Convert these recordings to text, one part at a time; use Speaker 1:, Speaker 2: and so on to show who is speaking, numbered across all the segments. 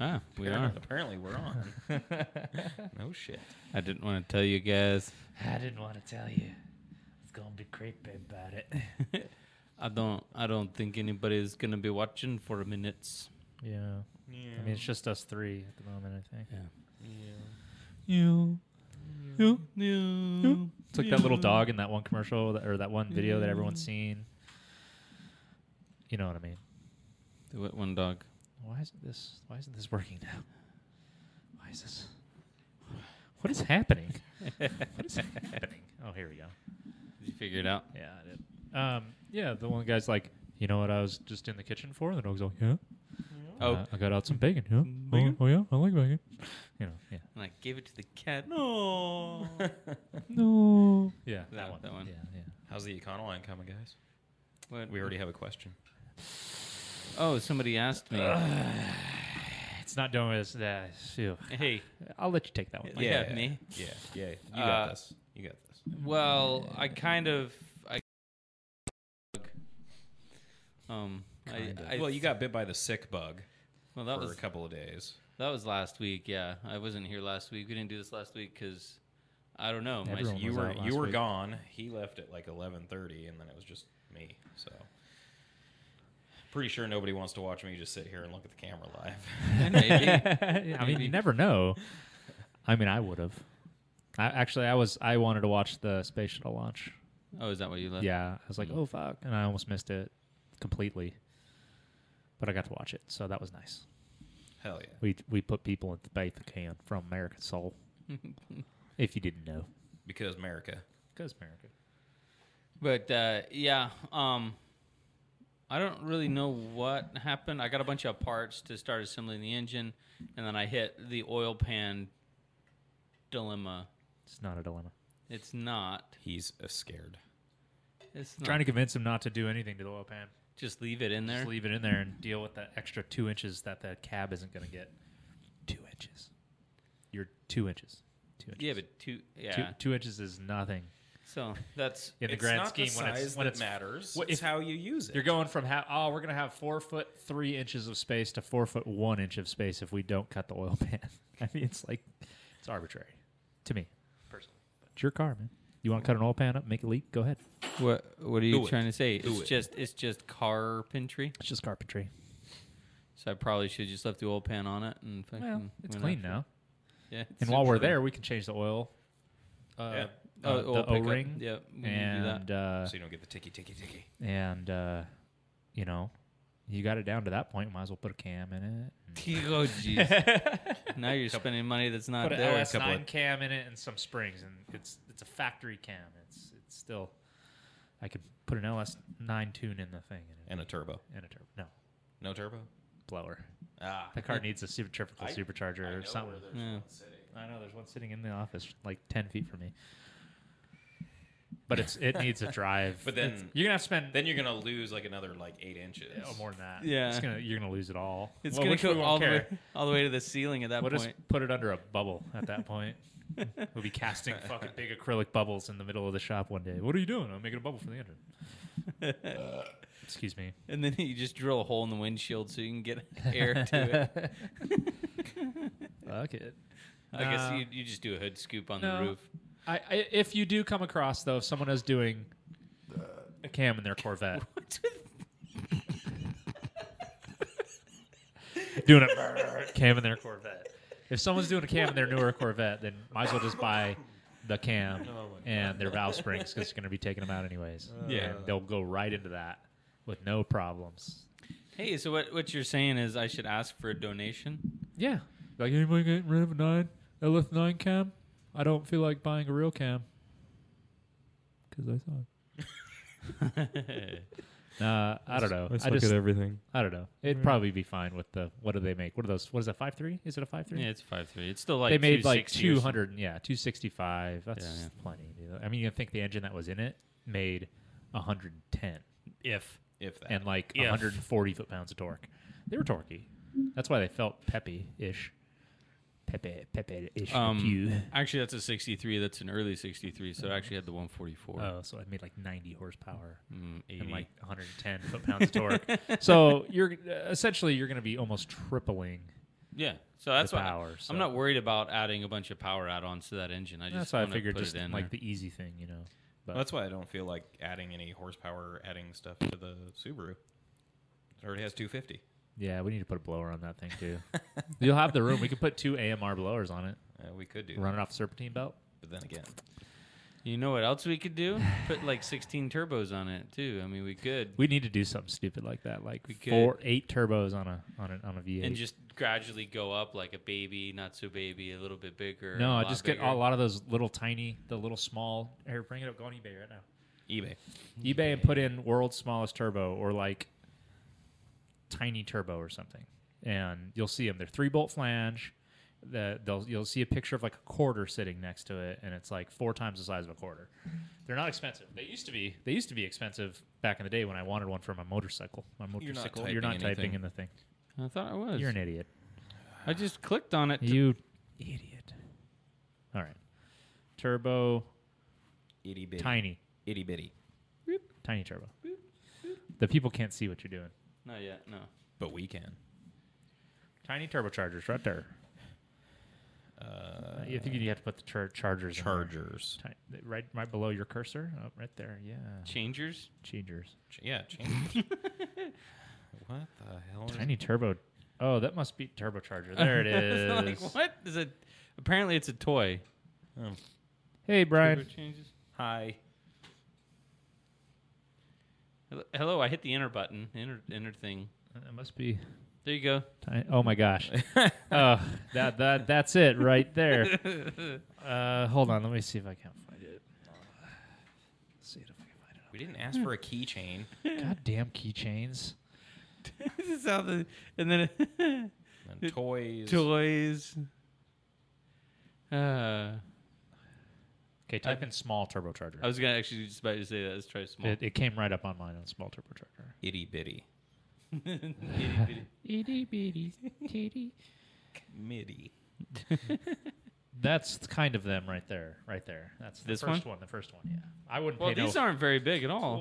Speaker 1: Ah, we are.
Speaker 2: Apparently, we're on. no shit.
Speaker 1: I didn't want to tell you guys.
Speaker 3: I didn't want to tell you. It's gonna be creepy about it.
Speaker 1: I don't. I don't think anybody's gonna be watching for a minute.
Speaker 3: yeah.
Speaker 2: Yeah.
Speaker 3: I mean, it's just us three at the moment. I think.
Speaker 1: Yeah.
Speaker 2: yeah.
Speaker 3: You. You.
Speaker 1: No.
Speaker 3: It's like that little dog in that one commercial that, or that one video that everyone's seen. You know what I mean?
Speaker 1: The wet one dog.
Speaker 3: Why isn't this? Why isn't this working now? Why is this? What is happening? what is happening? Oh, here we go.
Speaker 1: Did you figure it out?
Speaker 3: Yeah, I did. Um, yeah, the one guy's like, you know what I was just in the kitchen for? And the dog's like, yeah.
Speaker 1: Oh,
Speaker 3: Uh, I got out some bacon. Yeah.
Speaker 1: Some
Speaker 3: Oh,
Speaker 1: bacon?
Speaker 3: Oh, yeah, I like bacon. You know, yeah.
Speaker 1: and I gave it to the cat. No.
Speaker 3: No. Yeah, that,
Speaker 1: That-
Speaker 3: one.
Speaker 1: that one.
Speaker 3: Yeah, yeah.
Speaker 2: How's the Econoline coming, guys?
Speaker 1: what?
Speaker 2: We already have a question.
Speaker 1: Oh, somebody asked me.
Speaker 3: It's not doing as that. Phew.
Speaker 1: hey.
Speaker 3: I'll let you take that one. Mike.
Speaker 1: Yeah, me?
Speaker 2: Yeah, yeah. You got
Speaker 1: Uh,
Speaker 2: this. You got this.
Speaker 1: Well, I kind of. I. Um.
Speaker 3: Kind of.
Speaker 1: I, I,
Speaker 2: well, you got bit by the sick bug
Speaker 1: Well, that
Speaker 2: for
Speaker 1: was
Speaker 2: a couple of days.
Speaker 1: that was last week. Yeah, I wasn't here last week. We didn't do this last week because I don't know. My,
Speaker 3: Everyone
Speaker 2: You
Speaker 3: was
Speaker 2: were
Speaker 3: out last
Speaker 2: you were
Speaker 3: week.
Speaker 2: gone. He left at like eleven thirty, and then it was just me. So pretty sure nobody wants to watch me just sit here and look at the camera live.
Speaker 1: maybe.
Speaker 3: I mean,
Speaker 1: Maybe.
Speaker 3: you never know. I mean, I would have. I actually, I was. I wanted to watch the space shuttle launch.
Speaker 1: Oh, is that what you left?
Speaker 3: Yeah, I was
Speaker 1: mm.
Speaker 3: like, oh fuck, and I almost missed it completely. But I got to watch it, so that was nice.
Speaker 2: Hell yeah.
Speaker 3: We we put people in the faith can from American Soul. if you didn't know,
Speaker 2: Because America.
Speaker 3: because America.
Speaker 1: But uh, yeah, um, I don't really know what happened. I got a bunch of parts to start assembling the engine, and then I hit the oil pan dilemma.
Speaker 3: It's not a dilemma.
Speaker 1: It's not.
Speaker 2: He's uh, scared.
Speaker 1: It's not.
Speaker 3: Trying to convince him not to do anything to the oil pan.
Speaker 1: just leave it in there.
Speaker 3: Just leave it in there and deal with that extra two inches that the cab isn't going to get. Two inches. You're two inches. Two inches.
Speaker 1: Yeah, but two. Yeah.
Speaker 3: two, two inches is nothing
Speaker 1: So that's
Speaker 3: in the
Speaker 2: It's
Speaker 3: grand
Speaker 2: not
Speaker 3: scheme
Speaker 2: the
Speaker 3: when
Speaker 2: size
Speaker 3: it's when
Speaker 2: that
Speaker 3: it's
Speaker 2: matters.
Speaker 3: what
Speaker 2: it's
Speaker 3: if-
Speaker 2: how you use it.
Speaker 3: You're going from how oh we're gonna have four foot three inches of space to four foot one inch of space if we don't cut the oil pan. I mean it's like it's arbitrary to me personally. But it's your car, man. You want to cut an oil pan up, make it leak? Go ahead.
Speaker 1: what? What are you
Speaker 2: Do it.
Speaker 1: trying to say?
Speaker 2: Do
Speaker 1: it's
Speaker 2: it.
Speaker 1: just. It's just carpentry.
Speaker 3: It's just carpentry.
Speaker 1: So I probably should just left the oil pan on it and fucking.
Speaker 3: Well, it's
Speaker 1: went
Speaker 3: clean
Speaker 1: after it.
Speaker 3: now.
Speaker 1: Yeah.
Speaker 3: And while we're
Speaker 1: super-
Speaker 3: there, we can change the oil. Uh,
Speaker 1: Oh,
Speaker 3: uh,
Speaker 1: oil
Speaker 3: the
Speaker 1: pickup.
Speaker 3: O-ring
Speaker 1: Yep. we need to do that.
Speaker 3: and uh,
Speaker 2: so you don't get the ticky ticky ticky.
Speaker 3: and uh, you know, you got it down to that point. Might as well put a cam in it.
Speaker 1: Oh, jeez. now you're spending money that's not
Speaker 3: put an
Speaker 1: there.
Speaker 3: LS9
Speaker 2: couple of-
Speaker 3: cam in it and some springs, and it's it's a factory cam. It's it's still. I could put an LS9 tune in the thing and,
Speaker 2: And a turbo.
Speaker 3: and a turbo. No
Speaker 2: No turbo?
Speaker 3: blower.
Speaker 2: Ah.
Speaker 3: The car needs a super typical
Speaker 2: I-
Speaker 3: supercharger or something.
Speaker 1: Yeah.
Speaker 3: I know there's one sitting in the office, like ten feet from me. But it's it needs a drive.
Speaker 2: But then-
Speaker 3: It's- you're gonna have to spend
Speaker 2: Then you're gonna lose like another like eight inches.
Speaker 3: oh, more than that.
Speaker 1: Yeah.
Speaker 3: it's gonna, you're gonna lose it all.
Speaker 1: It's
Speaker 3: Well,
Speaker 1: going
Speaker 3: which
Speaker 1: to
Speaker 3: we
Speaker 1: go
Speaker 3: won't
Speaker 1: all the, way,
Speaker 3: care.
Speaker 1: all the way to the ceiling at that
Speaker 3: We'll
Speaker 1: point.
Speaker 3: just put it under a bubble at that point. we'll be casting fucking big acrylic bubbles in the middle of the shop one day. What are you doing? I'm making a bubble for the engine. Excuse me.
Speaker 1: And then you just drill a hole in the windshield so you can get air to it.
Speaker 3: Fuck it.
Speaker 1: I guess
Speaker 3: Uh,
Speaker 1: you, you just do a hood scoop on
Speaker 3: no.
Speaker 1: the roof.
Speaker 3: I, I if you do come across though, if someone is doing a cam in their Corvette,
Speaker 1: What's with
Speaker 3: doing a cam in their Corvette. If someone's doing a cam in their newer Corvette, then might as well just buy the cam
Speaker 1: Oh
Speaker 3: and their valve springs because it's going to be taking them out anyways.
Speaker 2: Yeah.
Speaker 3: And they'll go right into that with no problems.
Speaker 1: Hey, so what, what you're saying is I should ask for a donation?
Speaker 3: Yeah. Like anybody getting rid of a nine LF nine cam? I don't feel like buying a real cam because I saw it. Uh, I don't know. I, just
Speaker 4: everything.
Speaker 3: I don't know. It'd probably be fine with the what do they make? What are those? What is that? Five three? Is it a five three?
Speaker 1: yeah, it's five three. It's still like
Speaker 3: they made like
Speaker 1: 260 or
Speaker 3: 200 yeah 265 that's
Speaker 1: Yeah, yeah.
Speaker 3: plenty dude. i mean you think the engine that was in it made 110 if
Speaker 2: If that
Speaker 3: and like
Speaker 1: If.
Speaker 3: 140 foot pounds of torque they were torquey that's why they felt peppy ish pepe pepe ish
Speaker 1: Um, actually, that's a 63. That's an early 63, so it actually had the 144.
Speaker 3: oh so it made like 90 horsepower
Speaker 1: Mm, 80.
Speaker 3: and like 110 foot pounds of torque so you're essentially you're going to be almost tripling
Speaker 1: Yeah. So that's
Speaker 3: the
Speaker 1: why
Speaker 3: power. so-
Speaker 1: I'm not worried about adding a bunch of power add-ons to that engine. I just
Speaker 3: That's why I
Speaker 1: wanna
Speaker 3: figured
Speaker 1: put
Speaker 3: just
Speaker 1: it in
Speaker 3: like
Speaker 1: there.
Speaker 3: the easy thing, you know. But
Speaker 2: That's why I don't feel like adding any horsepower, adding stuff to the Subaru. It already has 250.
Speaker 3: yeah, we need to put a blower on that thing too. You'll have the room. We could put two AMR blowers on it.
Speaker 2: Uh, we could do,
Speaker 3: Run it off serpentine belt.
Speaker 2: but then again,
Speaker 1: You know what else we could do? Put like 16 turbos on it too. I mean, we could
Speaker 3: We need to do something stupid like that, like
Speaker 1: We could-
Speaker 3: four, eight turbos on a on a on a V8.
Speaker 1: and just gradually go up like a baby, not so baby, a little bit bigger.
Speaker 3: no,
Speaker 1: I
Speaker 3: I just get a lot of those little tiny, the little small. Here, bring it up. Go on eBay right now.
Speaker 2: eBay.
Speaker 3: Mm-hmm. eBay and put in world's smallest turbo or like tiny turbo or something, and you'll see them. They're three bolt flange. That they'll you'll see a picture of like a quarter sitting next to it, and it's like four times the size of a quarter. They're not expensive. They used to be. They used to be expensive back in the day when I wanted one for my motorcycle. My
Speaker 2: You're not
Speaker 3: motorcycle.
Speaker 2: typing
Speaker 3: You're not
Speaker 2: anything.
Speaker 3: typing in the thing.
Speaker 1: I thought I was.
Speaker 3: You're an idiot.
Speaker 1: I just clicked on it. to-
Speaker 3: You idiot. All right. Turbo
Speaker 2: Itty bitty.
Speaker 3: tiny.
Speaker 2: Itty bitty.
Speaker 3: Tiny turbo. The people can't see what you're doing.
Speaker 1: Not yet. No.
Speaker 2: But we can.
Speaker 3: Tiny turbochargers right there.
Speaker 2: Uh,
Speaker 3: I think you have to put the char- chargers in there.
Speaker 2: Chargers.
Speaker 3: Ti- right right below your cursor. Oh, right there. Yeah.
Speaker 1: Changers.
Speaker 3: Changers.
Speaker 2: Ch- yeah, change. what the hell? is-
Speaker 3: Tiny turbo. Oh, that must be turbocharger. There it is.
Speaker 1: like what is it? Apparently, it's a toy.
Speaker 2: Oh,
Speaker 3: Hey,
Speaker 1: Turbo
Speaker 3: Brian.
Speaker 1: changes.
Speaker 2: hi.
Speaker 1: Hello- Hello, I hit the enter button. Enter, enter thing.
Speaker 3: uh, That must be.
Speaker 1: There you go.
Speaker 3: Tiny. Oh my gosh. oh, that that that's it right there. Uh, hold on. Let me see if I can find it. see if I can find it.
Speaker 2: We didn't ask for a keychain.
Speaker 3: Goddamn keychains.
Speaker 1: this is how the and then it-
Speaker 2: And toys.
Speaker 1: toys. Uh,
Speaker 3: Okay, type in small turbocharger.
Speaker 1: I was gonna actually just about to say that. Let's try small.
Speaker 3: it, it came right up on mine on small turbocharger.
Speaker 2: Itty bitty.
Speaker 1: Itty bitty.
Speaker 3: Itty bitty titty.
Speaker 2: Mitty.
Speaker 3: That's kind of them right there, right there. That's the
Speaker 1: This
Speaker 3: first one? The first one, yeah. I wouldn't
Speaker 1: well,
Speaker 3: pay
Speaker 1: these
Speaker 3: no.
Speaker 1: aren't very big at all.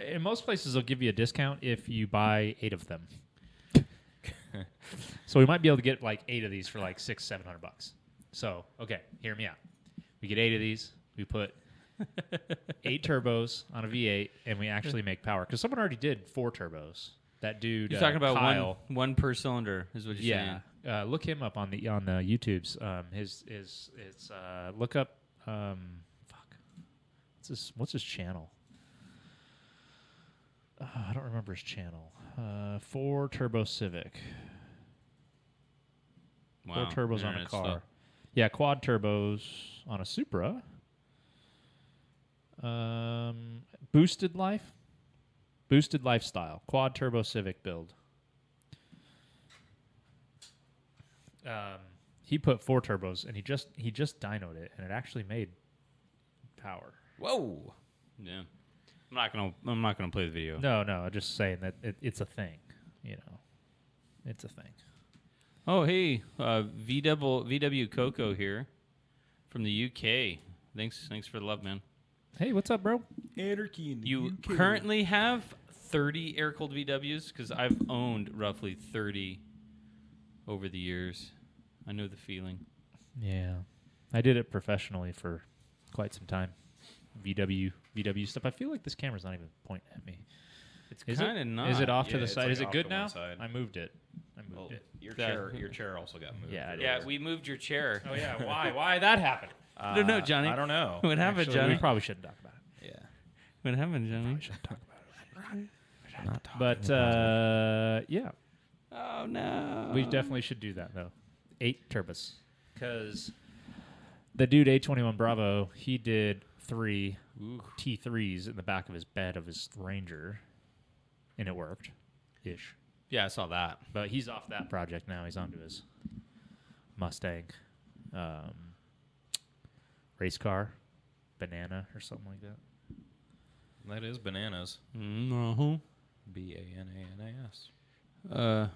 Speaker 3: Well, in most places, they'll give you a discount if you buy eight of them. so we might be able to get like eight of these for like six, seven hundred bucks. So okay, hear me out. We get eight of these. We put eight turbos on a V8, and we actually make power because someone already did four turbos. That dude,
Speaker 1: You're
Speaker 3: uh,
Speaker 1: talking about
Speaker 3: Kyle,
Speaker 1: one one per cylinder is what you're
Speaker 3: yeah.
Speaker 1: saying.
Speaker 3: Uh, look him up on the on the YouTubes. Um, his is it's uh, look up um, fuck. What's his what's his channel? Uh, I don't remember his channel. Uh, four Turbo Civic.
Speaker 1: Wow.
Speaker 3: Four turbos on a
Speaker 1: Internet's slow.
Speaker 3: car. Yeah, quad turbos on a Supra. Um, boosted life, boosted lifestyle, quad turbo Civic build. Um, he put four turbos, and he just he just dynoed it, and it actually made power.
Speaker 2: Whoa.
Speaker 1: Yeah. I'm not gonna I'm not gonna play the video.
Speaker 3: No, no, I'm just saying that it, it's a thing. You know, it's a thing.
Speaker 1: Oh hey, uh, VW VW Coco here from the UK. Thanks thanks for the love, man.
Speaker 3: Hey, what's up, bro?
Speaker 2: Anarchy in the
Speaker 1: You currently have 30 air cooled VWs because I've owned roughly 30 over the years. I know the feeling.
Speaker 3: Yeah. I did it professionally for quite some time. VW VW stuff. I feel like this camera's not even pointing at me.
Speaker 1: It's
Speaker 3: Is
Speaker 1: kind
Speaker 3: it?
Speaker 1: of not.
Speaker 3: Is it off
Speaker 2: Yeah,
Speaker 3: to the
Speaker 2: it's
Speaker 3: side?
Speaker 2: like
Speaker 3: is it
Speaker 2: off
Speaker 3: good
Speaker 2: to
Speaker 3: now?
Speaker 2: one side. Oh.
Speaker 3: I moved it. I moved
Speaker 2: Well,
Speaker 3: it.
Speaker 2: your
Speaker 1: That-
Speaker 2: chair, your chair also got moved.
Speaker 3: Yeah, I did.
Speaker 1: Yeah, we moved your chair.
Speaker 3: Oh yeah, why? Why that happened?
Speaker 1: I don't know, Johnny.
Speaker 2: I don't know.
Speaker 1: What happened,
Speaker 3: Actually,
Speaker 1: Johnny?
Speaker 3: we probably shouldn't talk about it.
Speaker 2: Yeah.
Speaker 1: what happened, Johnny?
Speaker 3: But uh, yeah,
Speaker 1: Oh no.
Speaker 3: we definitely should do that though. Eight turbos. Because the dude A21 Bravo, he did three
Speaker 1: Ooh.
Speaker 3: T3s in the back of his bed of his Ranger, and it worked, ish.
Speaker 1: Yeah, I saw that.
Speaker 3: But he's off that project now. He's onto his Mustang, um, race car, banana or something like that.
Speaker 2: That is bananas.
Speaker 1: No.
Speaker 2: B A N A N A S.
Speaker 1: Mm-hmm. Uh,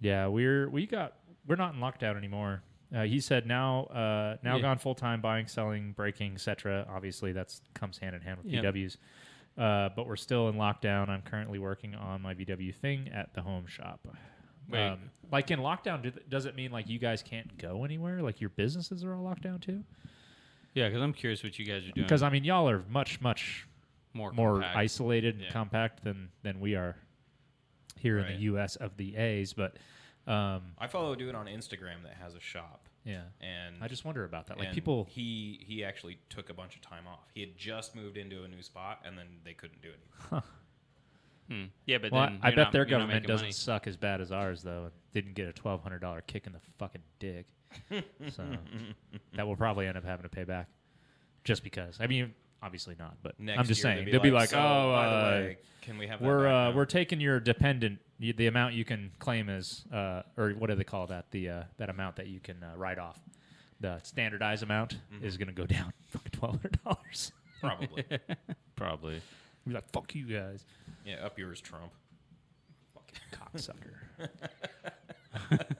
Speaker 3: Yeah, we're we got we're not in lockdown anymore. Uh, he said now uh, now
Speaker 1: Yeah.
Speaker 3: gone full time buying, selling, breaking, etc. Obviously, that's comes hand in hand with
Speaker 1: Yeah.
Speaker 3: VWs. Uh, but we're still in lockdown. I'm currently working on my VW thing at the home shop.
Speaker 1: Wait.
Speaker 3: Um, like in lockdown, do, does it mean like you guys can't go anywhere? Like your businesses are all locked down too?
Speaker 1: Yeah, because I'm curious what you guys are doing.
Speaker 3: Because I mean, y'all are much much
Speaker 1: more
Speaker 3: more
Speaker 1: compact.
Speaker 3: isolated and
Speaker 2: Yeah.
Speaker 3: compact than than we are here in
Speaker 2: Right.
Speaker 3: the U.S. of the A's. But um,
Speaker 2: I follow a dude on Instagram that has a shop,
Speaker 3: yeah,
Speaker 2: and
Speaker 3: I just wonder about that. Like
Speaker 2: Mm-hmm. and
Speaker 3: people,
Speaker 2: He he actually took a bunch of time off. He had just moved into a new spot, and then they couldn't do anything.
Speaker 1: Hmm. Yeah, but
Speaker 3: well,
Speaker 1: then
Speaker 3: I
Speaker 1: you're
Speaker 3: bet
Speaker 1: not-
Speaker 3: their
Speaker 1: you're not
Speaker 3: government
Speaker 1: making
Speaker 3: doesn't
Speaker 1: money.
Speaker 3: suck as bad as ours though. and Didn't get a twelve hundred dollar kick in the fucking dick, so that will probably end up having to pay back, just because. I mean, obviously not, but
Speaker 2: Next
Speaker 3: I'm just
Speaker 2: year,
Speaker 3: saying they'll be like,
Speaker 2: "So,
Speaker 3: oh,
Speaker 2: by the
Speaker 3: uh,
Speaker 2: way, can we have that
Speaker 3: we're
Speaker 2: back
Speaker 3: uh,
Speaker 2: now?"
Speaker 3: we're taking your dependent y- the amount you can claim as uh, or what do they call that the uh, that amount that you can uh, write off the standardized amount
Speaker 2: Mm-hmm.
Speaker 3: is going to go down fucking twelve hundred dollars.
Speaker 2: probably
Speaker 1: Probably.
Speaker 3: We're like fuck you guys,
Speaker 2: yeah up yours, Trump.
Speaker 3: cocksucker.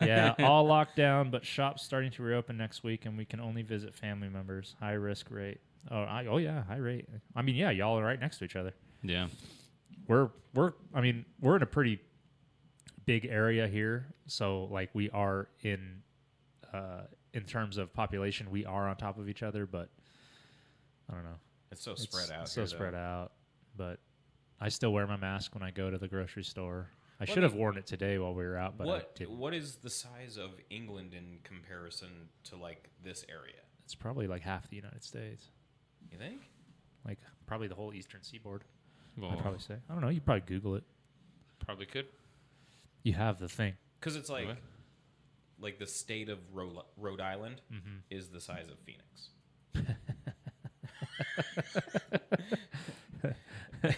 Speaker 3: yeah, all locked down, but shops starting to reopen next week, and we can only visit family members. High risk rate. Oh, I, oh yeah, high rate. I mean, yeah, y'all are right next to each other.
Speaker 1: Yeah.
Speaker 3: we're we're I mean we're in a pretty big area here, so like we are in uh, in terms of population, we are on top of each other, but I don't know,
Speaker 2: It's so
Speaker 3: It's
Speaker 2: spread out.
Speaker 3: so
Speaker 2: here,
Speaker 3: spread
Speaker 2: though.
Speaker 3: out. But I still wear my mask when I go to the grocery store. I
Speaker 2: Well,
Speaker 3: should
Speaker 2: I
Speaker 3: have worn it today while we were out, but I
Speaker 2: What
Speaker 3: didn't.
Speaker 2: what is the size of England in comparison to like this area?
Speaker 3: It's probably like half the United States,
Speaker 2: You think?
Speaker 3: like probably the whole eastern seaboard.
Speaker 1: Well,
Speaker 2: Oh.
Speaker 3: I'd
Speaker 1: probably.
Speaker 3: probably say. I don't know. You probably Google it.
Speaker 1: could.
Speaker 3: You have the thing.
Speaker 2: Because it's like
Speaker 1: What?
Speaker 2: like the state of Rhode, Rhode Island
Speaker 3: Mhm.
Speaker 2: is the size of Phoenix.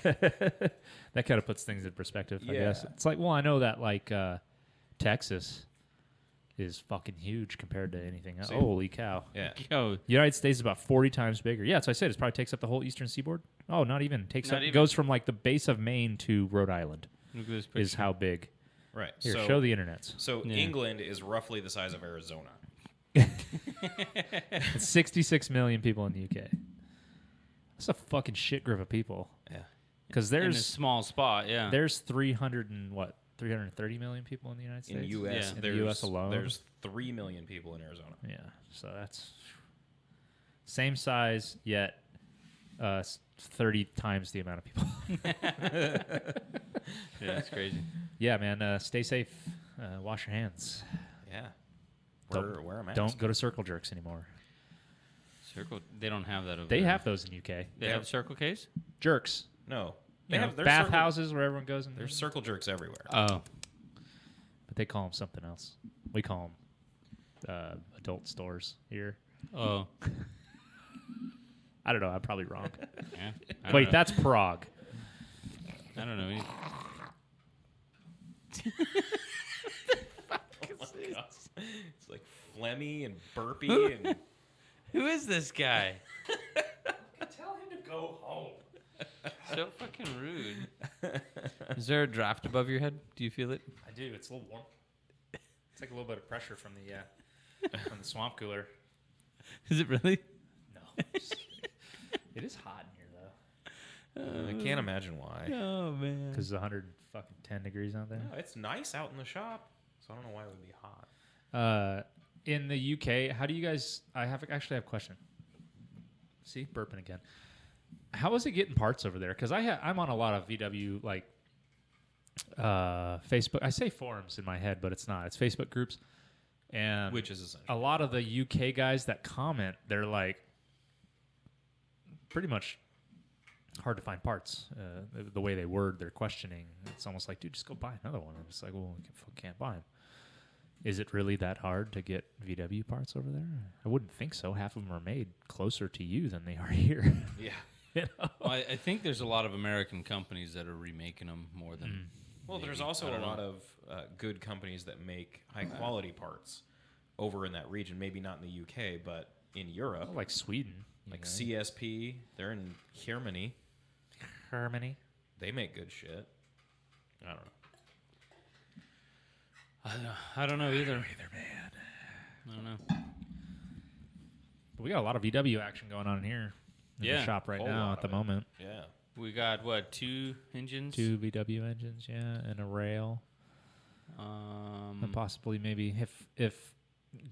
Speaker 3: that kind of puts things in perspective, I guess.
Speaker 2: Yeah.
Speaker 3: It's like, well, I know that like uh, Texas is fucking huge compared to anything else.
Speaker 2: See?
Speaker 3: Holy cow.
Speaker 2: Yeah.
Speaker 1: Yo,
Speaker 3: The United States is about 40 times bigger. Yeah, so I said it probably takes up the whole eastern seaboard. Oh, not even. Takes
Speaker 1: Not
Speaker 3: up
Speaker 1: even.
Speaker 3: goes from like the base of Maine to Rhode Island
Speaker 1: look at this
Speaker 3: is
Speaker 1: picture.
Speaker 3: how big.
Speaker 2: Right.
Speaker 3: Here,
Speaker 2: so
Speaker 3: show the internets.
Speaker 2: so
Speaker 1: Yeah.
Speaker 2: England is roughly the size of Arizona.
Speaker 3: It's 66 million people in the UK. That's a fucking shit group of people.
Speaker 2: Yeah.
Speaker 3: Because
Speaker 1: In a
Speaker 3: there's
Speaker 1: small spot. Yeah.
Speaker 3: There's 300 and what? 330 million people in the United States.
Speaker 2: In US,
Speaker 1: Yeah.
Speaker 3: In the
Speaker 2: there's,
Speaker 3: US alone?
Speaker 2: there's three million people in Arizona.
Speaker 3: Yeah. So that's same size yet uh, s- 30 times the amount of people.
Speaker 1: yeah, that's crazy.
Speaker 3: yeah, man. Uh, stay safe. Uh, wash your hands.
Speaker 2: Yeah.
Speaker 3: Don't-
Speaker 2: Wear, wear a mask.
Speaker 3: Don't go to circle jerks anymore.
Speaker 1: Circle. They don't have that over
Speaker 3: They
Speaker 1: there.
Speaker 3: have those in UK.
Speaker 1: They have circle case.
Speaker 3: Jerks.
Speaker 2: No.
Speaker 3: You know,
Speaker 2: there's circle-
Speaker 3: bathhouses where everyone goes and
Speaker 2: There's circle jerks everywhere.
Speaker 1: Oh.
Speaker 3: but they call them something else. We call them uh, adult stores here.
Speaker 1: Oh.
Speaker 3: I don't know. I'm probably wrong.
Speaker 1: Yeah. I don't
Speaker 3: Wait,
Speaker 1: know.
Speaker 3: that's Prague.
Speaker 1: I don't know. any-
Speaker 2: Oh it's like phlegmy and burpy and
Speaker 1: Who is this guy?
Speaker 2: tell him to go home.
Speaker 1: so fucking rude. Is there a draft above your head? Do you feel it?
Speaker 3: I do. It's a little warm. It's like a little bit of pressure from the uh, from the swamp cooler.
Speaker 1: Is it really?
Speaker 3: No, it is hot in here though.
Speaker 2: I can't imagine why.
Speaker 1: Oh man.
Speaker 3: Because it's 100 fucking 10 degrees out
Speaker 2: No, it's nice out in the shop, so I don't know why it would be hot.
Speaker 3: Uh, in the UK, how do you guys? I have actually have a question. See, burping again. How is it getting parts over there? Because I ha- I'm on a lot of VW like uh, Facebook. I say forums in my head, but it's not. It's Facebook groups, and
Speaker 2: Which is essential.
Speaker 3: a lot of the UK guys that comment, they're like pretty much hard to find parts. Uh, the, the way they word their questioning, it's almost like, dude, just go buy another one. I'm just like, well, we can, fuck- can't buy them. Is it really that hard to get VW parts over there? I wouldn't think so. Half of them are made closer to you than they are here.
Speaker 2: Yeah.
Speaker 3: you know?
Speaker 1: Well, I, I think there's a lot of American companies that are remaking them more than.
Speaker 2: Well, there's
Speaker 1: Maybe.
Speaker 2: also
Speaker 1: I
Speaker 2: a
Speaker 1: don't know.
Speaker 2: lot of uh, good companies that make high quality parts over in that region. Maybe not in the UK, but in Europe,
Speaker 3: Like Sweden, you
Speaker 2: Oh. like
Speaker 3: know?
Speaker 2: CSP, they're in Germany.
Speaker 3: Germany.
Speaker 2: They make good shit. I don't know.
Speaker 3: Hmm.
Speaker 1: I don't, I don't know either. Either man. I don't know.
Speaker 3: But we got a lot of VW action going on here in the
Speaker 1: Yeah,
Speaker 3: shop right
Speaker 2: whole
Speaker 3: now
Speaker 2: lot
Speaker 3: at the
Speaker 2: of it.
Speaker 3: moment.
Speaker 2: Yeah.
Speaker 1: We got what two engines?
Speaker 3: Two VW engines, yeah, and a rail.
Speaker 1: Um,
Speaker 3: and possibly maybe if if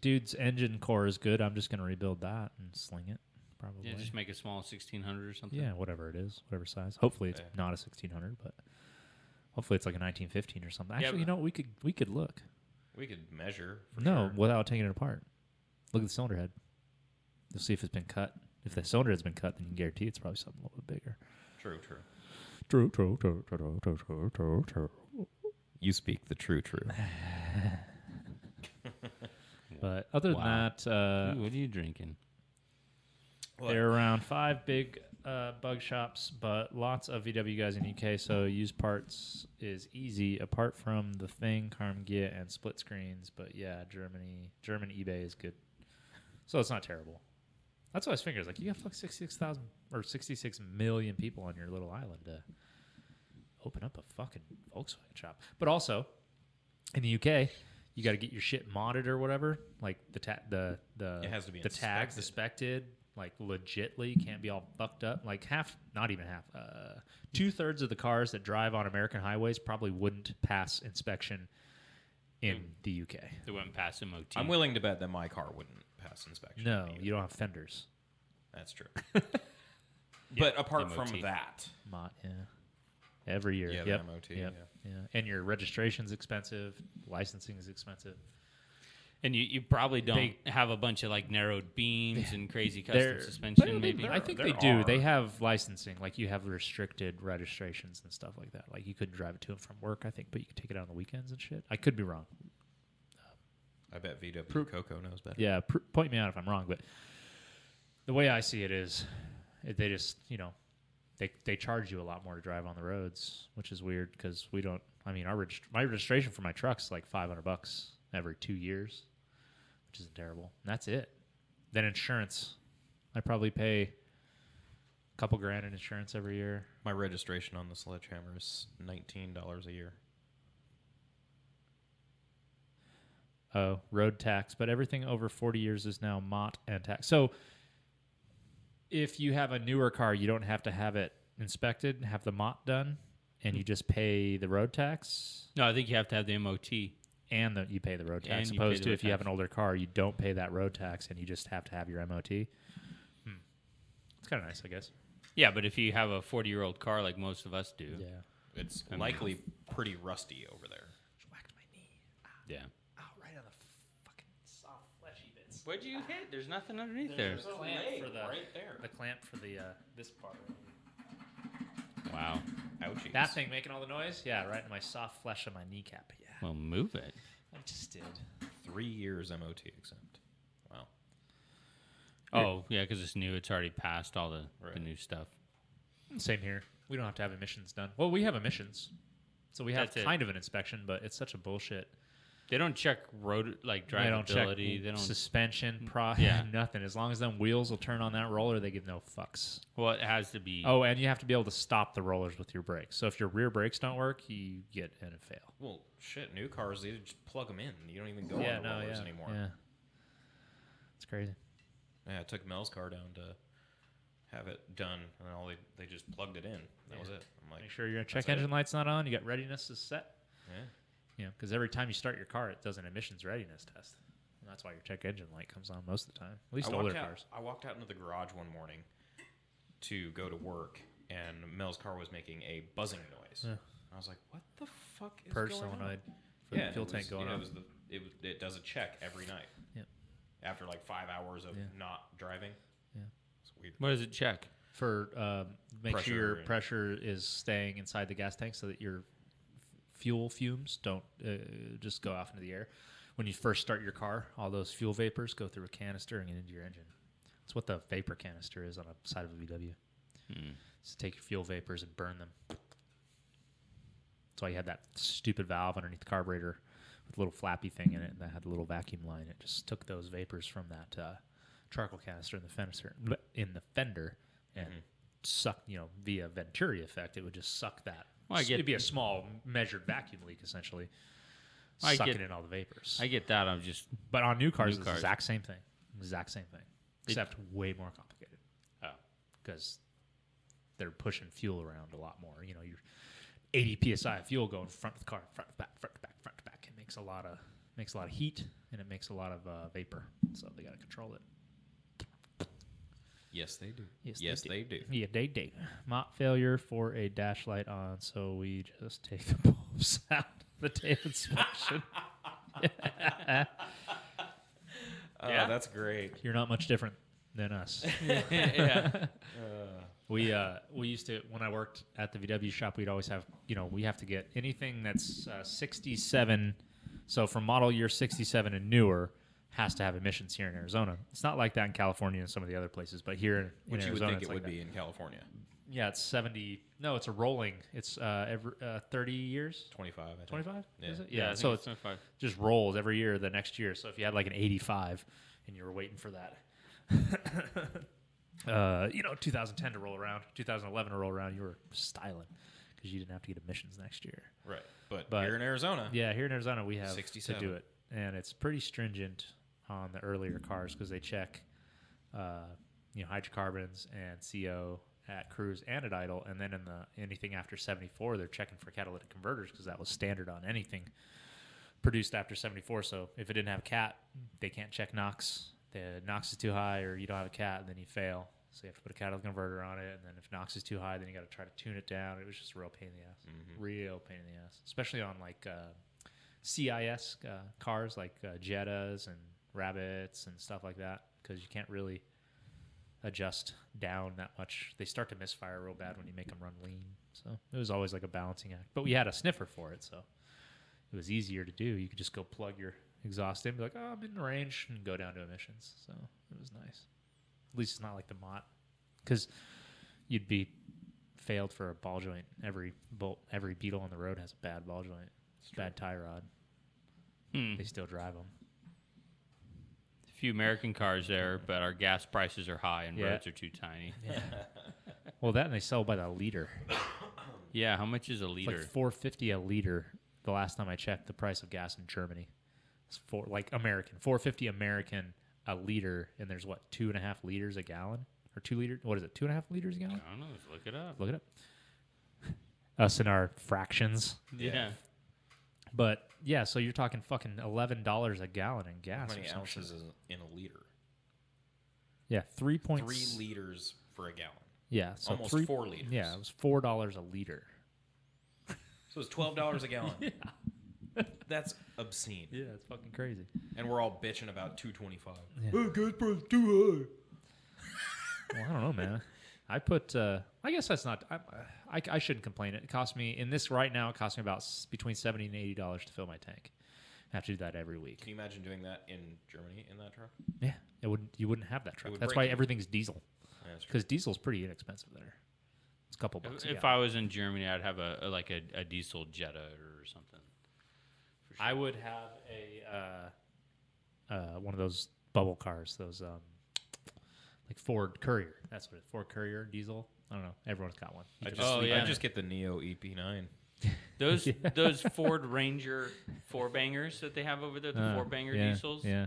Speaker 3: dude's engine core is good, I'm just gonna rebuild that and sling it. Probably.
Speaker 1: yeah, just make it small, 1600 or something.
Speaker 3: Yeah, whatever it is, whatever size. Hopefully it's
Speaker 2: Yeah.
Speaker 3: not a 1600, but hopefully it's like a 1915 or something.
Speaker 1: Yeah,
Speaker 3: Actually,
Speaker 1: but-
Speaker 3: you know, we could we could look.
Speaker 2: We could measure. For
Speaker 3: No,
Speaker 2: sure.
Speaker 3: without taking it apart. Look at the cylinder head. You'll see if it's been cut. If the cylinder head's been cut, then you can guarantee it's probably something a little bit bigger.
Speaker 2: True, true.
Speaker 3: True, true, true, true, true, true, true, true.
Speaker 2: You speak the true, true.
Speaker 3: But other
Speaker 1: Wow.
Speaker 3: than that, uh,
Speaker 1: Ooh, what are you drinking?
Speaker 2: What?
Speaker 3: There are around five big uh, bug shops, but lots of VW guys in UK. So used parts is easy, apart from the thing, Carmgia, and split screens. But yeah, Germany, German eBay is good, so it's not terrible. That's why his fingers like you got fuck sixty six thousand or sixty six million people on your little island to open up a fucking Volkswagen shop. But also, in the UK, you got to get your shit modded or whatever. Like the ta- the the
Speaker 2: It has to be
Speaker 3: the tags inspected, like legitly, can't be all fucked up. Like half, not even half, uh, two thirds of the cars that drive on American highways probably wouldn't pass inspection in
Speaker 2: Hmm.
Speaker 3: the UK.
Speaker 1: They went past MOT.
Speaker 2: I'm willing to bet that my car wouldn't pass inspection.
Speaker 3: No,
Speaker 2: either.
Speaker 3: you don't have fenders.
Speaker 2: that's true. but apart
Speaker 1: MOT.
Speaker 2: from that,
Speaker 3: Mod, yeah. Every year,
Speaker 2: Yeah, the
Speaker 3: yep.
Speaker 2: MOT,
Speaker 3: yep, yeah, and your registration's expensive, licensing is expensive.
Speaker 1: And you, you probably don't
Speaker 3: They-
Speaker 1: have a bunch of like narrowed beams and crazy
Speaker 3: They're-
Speaker 1: custom suspension, maybe.
Speaker 3: I think they
Speaker 2: there
Speaker 3: do. They
Speaker 2: are.
Speaker 3: have licensing, like you have restricted registrations and stuff like that. Like you couldn't drive it to and from work, I think, but you could take it out on the weekends and shit. I could be wrong.
Speaker 2: I bet VW Coco knows better.
Speaker 3: Yeah, pr- point me out if I'm wrong, but the way I see it is, it- they just you know, they they charge you a lot more to drive on the roads, which is weird because we don't. I mean, our regist- my registration for my truck's like 500 bucks every two years, which isn't terrible. And that's it. Then insurance, I probably pay a couple grand in insurance every year.
Speaker 2: My registration on the sledgehammer is nineteen dollars a year.
Speaker 3: Oh, road tax, but everything over 40 years is now MOT and tax. So if you have a newer car, you don't have to have it inspected and have the MOT done, and you just pay the road tax
Speaker 1: no, I think you have to have the MOT.
Speaker 3: and the, you pay the road tax.
Speaker 1: And you pay
Speaker 3: Opposed
Speaker 1: the
Speaker 3: to
Speaker 1: road
Speaker 3: if you have an
Speaker 1: tax.
Speaker 3: older car, you don't pay that road tax and you just have to have your MOT. Hmm. It's kind of nice, I guess.
Speaker 1: Yeah, but if you have a 40 year old car like most of us do,
Speaker 3: Yeah.
Speaker 2: It's
Speaker 1: I mean-
Speaker 2: likely pretty rusty over there.
Speaker 3: Whacked my knee
Speaker 1: yeah.
Speaker 3: out right on the fucking soft fleshy bits.
Speaker 1: Where'd you hit? There's nothing underneath there.
Speaker 3: There's a clamp for the
Speaker 2: right there.
Speaker 3: the clamp for the uh, this part.
Speaker 1: Wow.
Speaker 2: Ouchies.
Speaker 3: That thing making all the noise? Yeah, right in my soft flesh of my kneecap. Yeah.
Speaker 1: Well, move it.
Speaker 3: I just did.
Speaker 2: Three years MOT exempt. Wow.
Speaker 1: Oh, yeah, because it's new. It's already passed all the,
Speaker 2: Right.
Speaker 1: the new stuff.
Speaker 3: Same here. We don't have to have emissions done. Well, we have emissions. So we have
Speaker 1: That's it.
Speaker 3: kind of an inspection, but it's such a bullshit.
Speaker 1: They don't check road, like
Speaker 3: They don't check
Speaker 1: drivability. They don't.
Speaker 3: suspension, pro
Speaker 1: Yeah.
Speaker 3: nothing. As long as them wheels will turn on that roller, they give no fucks.
Speaker 1: well, it has to be.
Speaker 3: Oh, and you have to be able to stop the rollers with your brakes. So if your rear brakes don't work, you get in a fail.
Speaker 2: Well, shit. New cars, they just plug them in. You don't even go
Speaker 3: yeah,
Speaker 2: on the
Speaker 3: no,
Speaker 2: rollers
Speaker 3: yeah,
Speaker 2: anymore.
Speaker 3: yeah. It's crazy.
Speaker 2: Yeah, I took Mel's car down to have it done, and all they they just plugged it in. That was it. I'm like,
Speaker 3: Make sure your check
Speaker 2: it.
Speaker 3: engine light's not on. You got readiness is set.
Speaker 2: yeah.
Speaker 3: You know, because every time you start your car, it does an emissions readiness test. And that's why your check engine light comes on most of the time. At least
Speaker 2: I
Speaker 3: older
Speaker 2: walked out,
Speaker 3: cars.
Speaker 2: I walked out into the garage one morning to go to work, and Mel's car was making a buzzing noise.
Speaker 3: Yeah.
Speaker 2: And I was like, "What the fuck is
Speaker 3: Purge
Speaker 2: going on?"
Speaker 3: solenoid for
Speaker 2: yeah,
Speaker 3: the fuel tank going
Speaker 2: yeah,
Speaker 3: on.
Speaker 2: It, was the, it, was- it does a check every night.
Speaker 3: Yep.
Speaker 2: After like five hours of
Speaker 3: Yeah.
Speaker 2: not driving.
Speaker 3: Yeah.
Speaker 2: It's weird.
Speaker 1: What does it check?
Speaker 3: for um, make
Speaker 2: Pressure
Speaker 3: sure your
Speaker 2: and-
Speaker 3: pressure is staying inside the gas tank so that your f- fuel fumes don't uh, just go off into the air. When you first start your car, all those fuel vapors go through a canister and get into your engine. That's what the vapor canister is on the side of a VW.
Speaker 1: Hmm.
Speaker 3: It's to take your fuel vapors and burn them. That's why you had that stupid valve underneath the carburetor with a little flappy thing in it that had a little vacuum line. It just took those vapors from that uh, charcoal canister in the fender in the fender and
Speaker 1: Mm-hmm.
Speaker 3: sucked, you know, via Venturi effect, it would just suck that.
Speaker 1: Well, I get-
Speaker 3: It'd be a small measured vacuum leak essentially,
Speaker 1: I
Speaker 3: sucking
Speaker 1: get-
Speaker 3: in all the vapors.
Speaker 1: I get that. I'm just.
Speaker 3: but on new cars,
Speaker 1: New
Speaker 3: it's
Speaker 1: cars.
Speaker 3: the exact same thing, exact same thing,
Speaker 1: It-
Speaker 3: except way more complicated
Speaker 1: Oh.
Speaker 3: because they're pushing fuel around a lot more. You know, you're 80 psi of fuel going front of the car, front to back, front to back, front to back, and makes a lot of makes a lot of heat and it makes a lot of uh, vapor. So they got to control it.
Speaker 2: Yes, they do.
Speaker 3: Yes, they
Speaker 2: yes,
Speaker 3: do.
Speaker 2: they do.
Speaker 3: Yeah, they date. Mott failure for a dash light on, so we just take the bulbs out of the day of inspection.
Speaker 2: Oh,
Speaker 1: Yeah.
Speaker 2: that's great.
Speaker 3: You're not much different than us.
Speaker 1: yeah.
Speaker 2: Uh,
Speaker 3: We uh, we used to when I worked at the VW shop, we'd always have you know we have to get anything that's uh, 67, so from model year 67 and newer has to have emissions here in Arizona. It's not like that in California and some of the other places, but here in, in
Speaker 2: which you would
Speaker 3: Arizona,
Speaker 2: think
Speaker 3: it's like
Speaker 2: it would
Speaker 3: that.
Speaker 2: be in California.
Speaker 3: Yeah, it's 70. No, it's a rolling. It's uh, every uh, 30 years,
Speaker 2: 25, I think.
Speaker 3: 25.
Speaker 2: Yeah.
Speaker 3: Is it?
Speaker 1: I
Speaker 3: Yeah.
Speaker 1: think
Speaker 3: so
Speaker 1: it's
Speaker 3: it's
Speaker 1: twenty-five.
Speaker 3: just rolls every year the next year. So if you had like an 85 and you were waiting for that, uh, you know, 2010 to roll around, 2011 to roll around, you were styling because you didn't have to get emissions next year.
Speaker 2: Right. But,
Speaker 3: But-
Speaker 2: you're in Arizona.
Speaker 3: Yeah, here in Arizona, we have to
Speaker 2: 67.
Speaker 3: do it. And it's pretty stringent on the earlier cars because they check, uh, you know, hydrocarbons and CO at cruise and at idle. And then in the anything after 74, they're checking for catalytic converters because that was standard on anything produced after 74. So if it didn't have a cat, they can't check NOx. The NOx is too high, or you don't have a cat, then you fail. So you have to put a catalytic converter on it, and then if NOx is too high, then you got to try to tune it down. It was just a real pain in the ass, real pain in the ass, especially on like uh, CIS uh, cars like uh, Jettas and Rabbits and stuff like that, because you can't really adjust down that much. They start to misfire real bad when you make them run lean. So it was always like a balancing act. But we had a sniffer for it, so it was easier to do. You could just go plug your exhaust in, be like, oh, I'm in range, and go down to emissions. So it was nice. At least it's not like the Mott, because you'd be failed for a ball joint. Every bolt, every beetle on the road has a bad ball joint, bad tie rod.
Speaker 1: Hmm.
Speaker 3: They still drive them.
Speaker 1: A few American cars there, but our gas prices are high and
Speaker 3: Yeah.
Speaker 1: roads are too tiny.
Speaker 3: Well, that and they sell by the liter.
Speaker 1: Yeah, how much is a
Speaker 3: It's
Speaker 1: liter?
Speaker 3: like four fifty a liter. The last time I checked, the price of gas in Germany, it's four like American four fifty American a liter, and there's what two and a half liters a gallon or two liter. What is it? Two and a half liters a
Speaker 1: I
Speaker 3: gallon.
Speaker 1: don't know. Let's look it up.
Speaker 3: Look it up. Us and our fractions,
Speaker 1: Yeah.
Speaker 2: Yeah.
Speaker 3: but yeah. So you're talking fucking eleven dollars a gallon in
Speaker 2: How
Speaker 3: gas. or
Speaker 2: many
Speaker 3: some
Speaker 2: ounces
Speaker 3: shit.
Speaker 2: is in a liter?
Speaker 3: Yeah, three point
Speaker 2: Three liters for a gallon.
Speaker 3: Yeah, so
Speaker 2: almost
Speaker 3: three,
Speaker 2: four liters.
Speaker 3: Yeah, it was four dollars a liter.
Speaker 2: So it's twelve dollars a gallon. That's obscene.
Speaker 3: Yeah, it's fucking crazy.
Speaker 2: And we're all bitching about two twenty five.
Speaker 3: Yeah.
Speaker 2: Oh, gas price too
Speaker 3: Well, I don't know, man. I put. Uh, I guess that's not. I, I, I shouldn't complain. It cost me in this right now. It cost me about s- between seventy and eighty dollars to fill my tank. I have to do that every
Speaker 2: Can
Speaker 3: week.
Speaker 2: you imagine doing that in Germany in that truck?
Speaker 3: Yeah, it wouldn't. You wouldn't have that truck.
Speaker 2: would
Speaker 3: That's
Speaker 2: break
Speaker 3: why
Speaker 2: even.
Speaker 3: everything's diesel
Speaker 2: Yeah, that's true.
Speaker 3: because diesel's pretty inexpensive there. It's a couple bucks.
Speaker 1: If I was in Germany, I'd have a, a like a, a diesel Jetta or something.
Speaker 3: I would have a uh, uh, one of those bubble cars. Those um, like Ford Courier. That's what it. Ford Courier diesel. I don't know. Everyone's got one. You
Speaker 2: I
Speaker 3: could
Speaker 2: just,
Speaker 1: Oh,
Speaker 2: I
Speaker 1: yeah.
Speaker 2: just get the Neo E EP9.
Speaker 1: Those those Ford Ranger four bangers that they have over there, the
Speaker 3: Uh,
Speaker 1: four banger
Speaker 3: yeah,
Speaker 2: Oh.
Speaker 1: diesels,
Speaker 3: Yeah,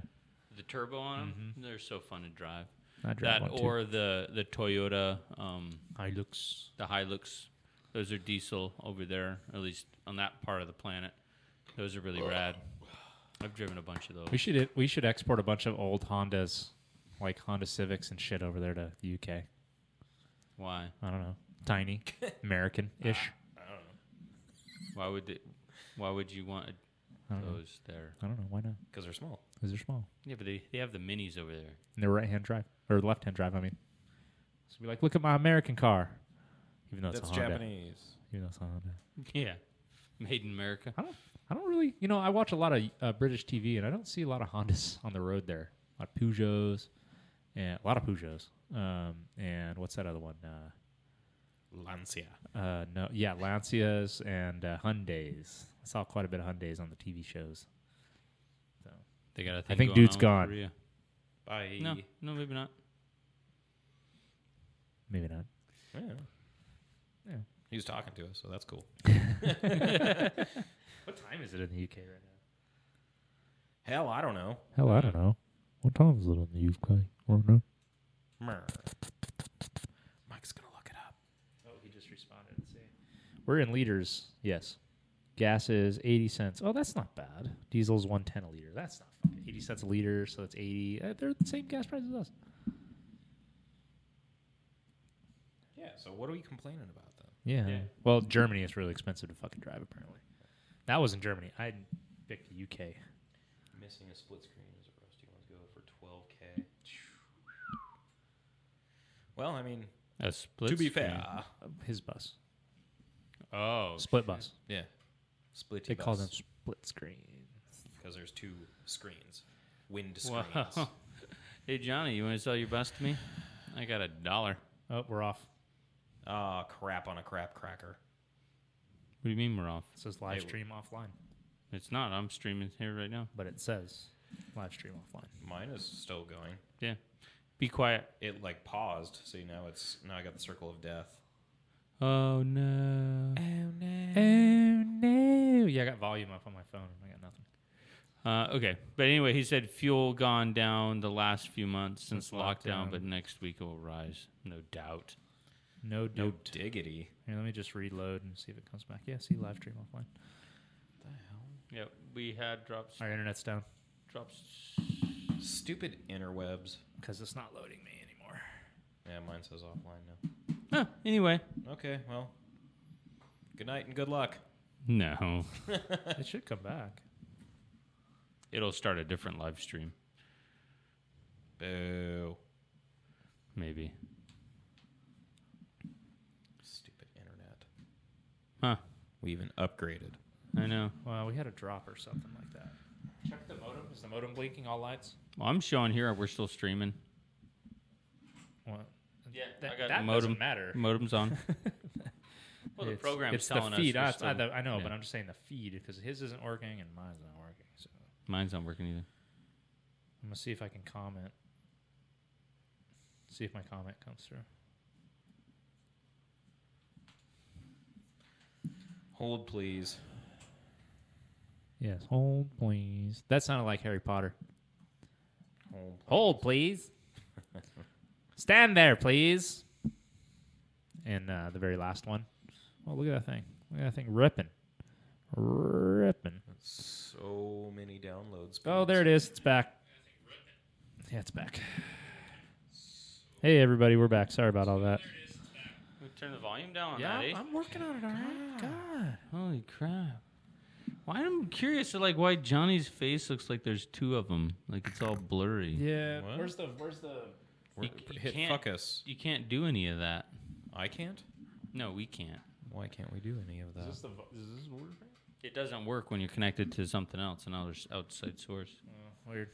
Speaker 1: the turbo on them, they're so fun to drive.
Speaker 3: I Mm-hmm. drive
Speaker 1: that
Speaker 3: one too.
Speaker 1: or the the Toyota, um,
Speaker 3: Hilux.
Speaker 1: the Hilux, those are diesel over there, at least on that part of the planet. Those are really rad. I've driven a bunch of those.
Speaker 3: We should we should export a bunch of old Hondas, like Honda Civics and shit, over there to the UK.
Speaker 1: Why?
Speaker 3: I don't know, tiny American ish.
Speaker 2: Ah.
Speaker 1: Why would they, Why would you want
Speaker 3: I don't know.
Speaker 1: those there?
Speaker 3: I don't know why not.
Speaker 2: Because they're small.
Speaker 3: Because they're small.
Speaker 1: Yeah, but they, they have the minis over there.
Speaker 3: And they're right hand drive or left hand drive. I mean, so be like, look at my American car, even though it's
Speaker 2: That's
Speaker 3: a Honda.
Speaker 2: Japanese.
Speaker 3: Even though it's a Honda.
Speaker 1: Yeah, made in America.
Speaker 3: I don't. I don't really. You know, I watch a lot of uh, British TV, and I don't see a lot of Hondas on the road there. A lot of Peugeots, and a lot of Peugeots. Um, and what's that other one? Uh,
Speaker 2: Lancia.
Speaker 3: Uh, no, yeah, Lancias and uh, Hyundai's. I saw quite a bit of Hyundai's on the TV shows. So
Speaker 1: They got.
Speaker 3: think
Speaker 1: going
Speaker 3: dude's
Speaker 1: on with
Speaker 3: gone.
Speaker 1: Korea.
Speaker 2: Bye.
Speaker 1: No, no, maybe not.
Speaker 3: maybe not.
Speaker 2: Yeah.
Speaker 3: Yeah.
Speaker 2: He was talking to us, so that's cool.
Speaker 3: What time is it in the UK right now?
Speaker 2: Hell, I don't know.
Speaker 3: Hell, I don't know. What time is it in the UK? I don't know.
Speaker 2: Mer. Mike's gonna look it up.
Speaker 3: Oh, he just responded. See, we're in leaders. Yes, Gas is 80 cents. Oh, that's not bad. Diesel's 110 a liter. That's not fucking 80 cents a liter, so that's 80. Uh, They're the same gas price as us.
Speaker 2: Yeah. So what are we complaining about then?
Speaker 3: Yeah.
Speaker 2: Yeah.
Speaker 3: Well, Germany is really expensive to fucking drive, apparently. That was in Germany. I picked the UK.
Speaker 2: Missing a split screen is a rusty one's go for twelve k. Well, I mean,
Speaker 1: A split.
Speaker 2: to be
Speaker 1: screen.
Speaker 2: fair,
Speaker 3: Uh, His bus.
Speaker 1: Oh,
Speaker 3: Split bus.
Speaker 2: yeah, split.
Speaker 3: They call them split screen.
Speaker 2: because there's two screens, wind screens.
Speaker 1: Wow. Hey Johnny, you want to sell your bus to me? I got a dollar.
Speaker 3: Oh, we're off.
Speaker 2: Ah, crap on a crap cracker.
Speaker 1: What do you mean we're off?
Speaker 3: It says live
Speaker 2: Hey,
Speaker 3: stream offline,
Speaker 1: It's not. I'm streaming here right now.
Speaker 3: but it says live stream offline.
Speaker 2: Mine is still going.
Speaker 1: Yeah. Be quiet.
Speaker 2: It like paused, so you know it's now I got the circle of death.
Speaker 1: Oh no.
Speaker 3: Oh no! Yeah, I got volume up on my phone. I got nothing.
Speaker 1: Uh, okay, but anyway, he said fuel gone down the last few months since,
Speaker 3: Since
Speaker 1: lockdown,
Speaker 3: lockdown.
Speaker 1: but next week it will rise, no doubt.
Speaker 3: No
Speaker 2: No
Speaker 3: doubt.
Speaker 2: diggity.
Speaker 3: Here, let me just reload and see if it comes back. Yeah, see live stream offline.
Speaker 2: The hell?
Speaker 1: Yep, we had drops.
Speaker 3: Our internet's down
Speaker 1: Drops.
Speaker 2: Stupid interwebs.
Speaker 3: because it's not loading me anymore.
Speaker 2: Yeah, mine says offline now.
Speaker 1: Huh, anyway,
Speaker 2: Okay, well, good night and good luck.
Speaker 1: no,
Speaker 3: it should come back.
Speaker 1: it'll start a different live stream,
Speaker 2: Boo.
Speaker 1: maybe.
Speaker 2: Stupid internet.
Speaker 1: Huh?
Speaker 2: We even upgraded.
Speaker 1: I know.
Speaker 3: Well, we had a drop or something like that. Check the modem. Is the modem blinking all lights?
Speaker 1: Well, I'm showing here we're still streaming.
Speaker 3: What?
Speaker 1: Yeah,
Speaker 3: That,
Speaker 1: I got
Speaker 3: that
Speaker 1: modem.
Speaker 3: doesn't matter.
Speaker 1: Modems on. well, the
Speaker 3: It's-
Speaker 1: program's
Speaker 3: it's
Speaker 1: telling
Speaker 3: the feed.
Speaker 1: us. we're
Speaker 3: I, I,
Speaker 1: still-
Speaker 3: I know, but
Speaker 1: yeah.
Speaker 3: I'm just saying the feed because his isn't working and mine's not working. So
Speaker 1: Mine's not working either.
Speaker 3: I'm gonna see if I can comment. See if my comment comes through.
Speaker 2: Hold, please.
Speaker 3: Yes, hold please. That sounded like Harry Potter.
Speaker 2: Hold.
Speaker 3: Hold please. Stand there, please. And uh, the very last one. Oh, look at that thing! Look at that thing ripping, ripping.
Speaker 2: That's so many downloads.
Speaker 3: Oh, there it is. It's back. Yeah, it's back. Hey, everybody, we're back. Sorry about all that.
Speaker 1: We turn the volume down on that, eh?
Speaker 3: I'm working on it. All right. God.
Speaker 1: Holy crap! Why I'm curious, like why Johnny's face looks like there's two of them, like it's all blurry.
Speaker 3: Yeah.
Speaker 2: What?
Speaker 3: Where's the Where's the
Speaker 2: We're-
Speaker 1: You- you
Speaker 2: hit
Speaker 1: can't-
Speaker 2: fuck us.
Speaker 1: You can't do any of that.
Speaker 2: I can't?
Speaker 1: No, we can't.
Speaker 2: Why can't we do any of that?
Speaker 3: Is this the vo- Is this waterproof?
Speaker 1: It doesn't work when you're connected to something else, another s- outside source.
Speaker 3: Oh, weird.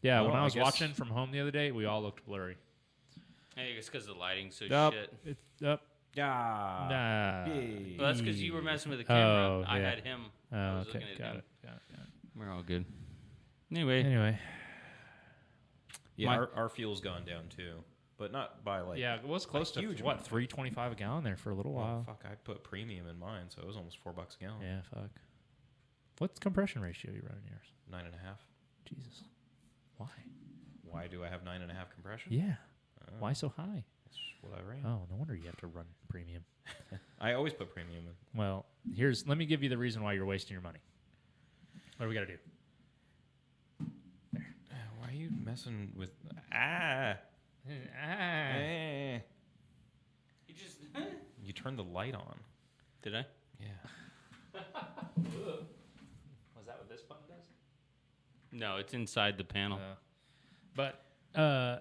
Speaker 3: Yeah,
Speaker 2: Well,
Speaker 3: when I
Speaker 2: I
Speaker 3: was
Speaker 2: guess-
Speaker 3: watching from home the other day, we all looked blurry.
Speaker 1: I think it's because the lighting's so
Speaker 3: Up,
Speaker 1: shit.
Speaker 3: It's up.
Speaker 2: Ah.
Speaker 3: nah.
Speaker 2: Hey.
Speaker 1: Well, that's because you were messing with the
Speaker 3: camera.
Speaker 1: camera.
Speaker 3: Oh, I
Speaker 1: I
Speaker 3: yeah.
Speaker 1: had
Speaker 3: had
Speaker 1: him.
Speaker 3: Oh,
Speaker 1: I was
Speaker 3: okay.
Speaker 1: looking at
Speaker 3: Got
Speaker 1: him.
Speaker 3: it. Got it. Got
Speaker 1: We're all good.
Speaker 3: it.
Speaker 1: Anyway,
Speaker 3: Anyway.
Speaker 2: Yeah,
Speaker 1: My-
Speaker 2: our, our fuel's gone down too, but not by like.
Speaker 3: yeah, it was close
Speaker 2: huge
Speaker 3: to
Speaker 2: amount
Speaker 3: what three twenty five a gallon there for a little
Speaker 2: well,
Speaker 3: while.
Speaker 2: fuck, I put premium in mine, so it was almost four bucks a gallon.
Speaker 3: Yeah, fuck. What's compression ratio you running yours?
Speaker 2: Nine and a half.
Speaker 3: Jesus. Why?
Speaker 2: Why do I have nine and a half compression?
Speaker 3: Yeah.
Speaker 2: Oh,
Speaker 3: Why so high?
Speaker 2: That's what I ran.
Speaker 3: Oh, no wonder you have to run premium.
Speaker 2: I always put premium in.
Speaker 3: Well, here's let me give you the reason why you're wasting your money. What do we got to do?
Speaker 2: Uh, Why are you messing with? Ah. Eh.
Speaker 1: you just
Speaker 2: You turned the light on.
Speaker 1: did I?
Speaker 2: Yeah.
Speaker 3: Was that what this button does?
Speaker 1: No, it's inside the panel.
Speaker 3: Uh, but uh,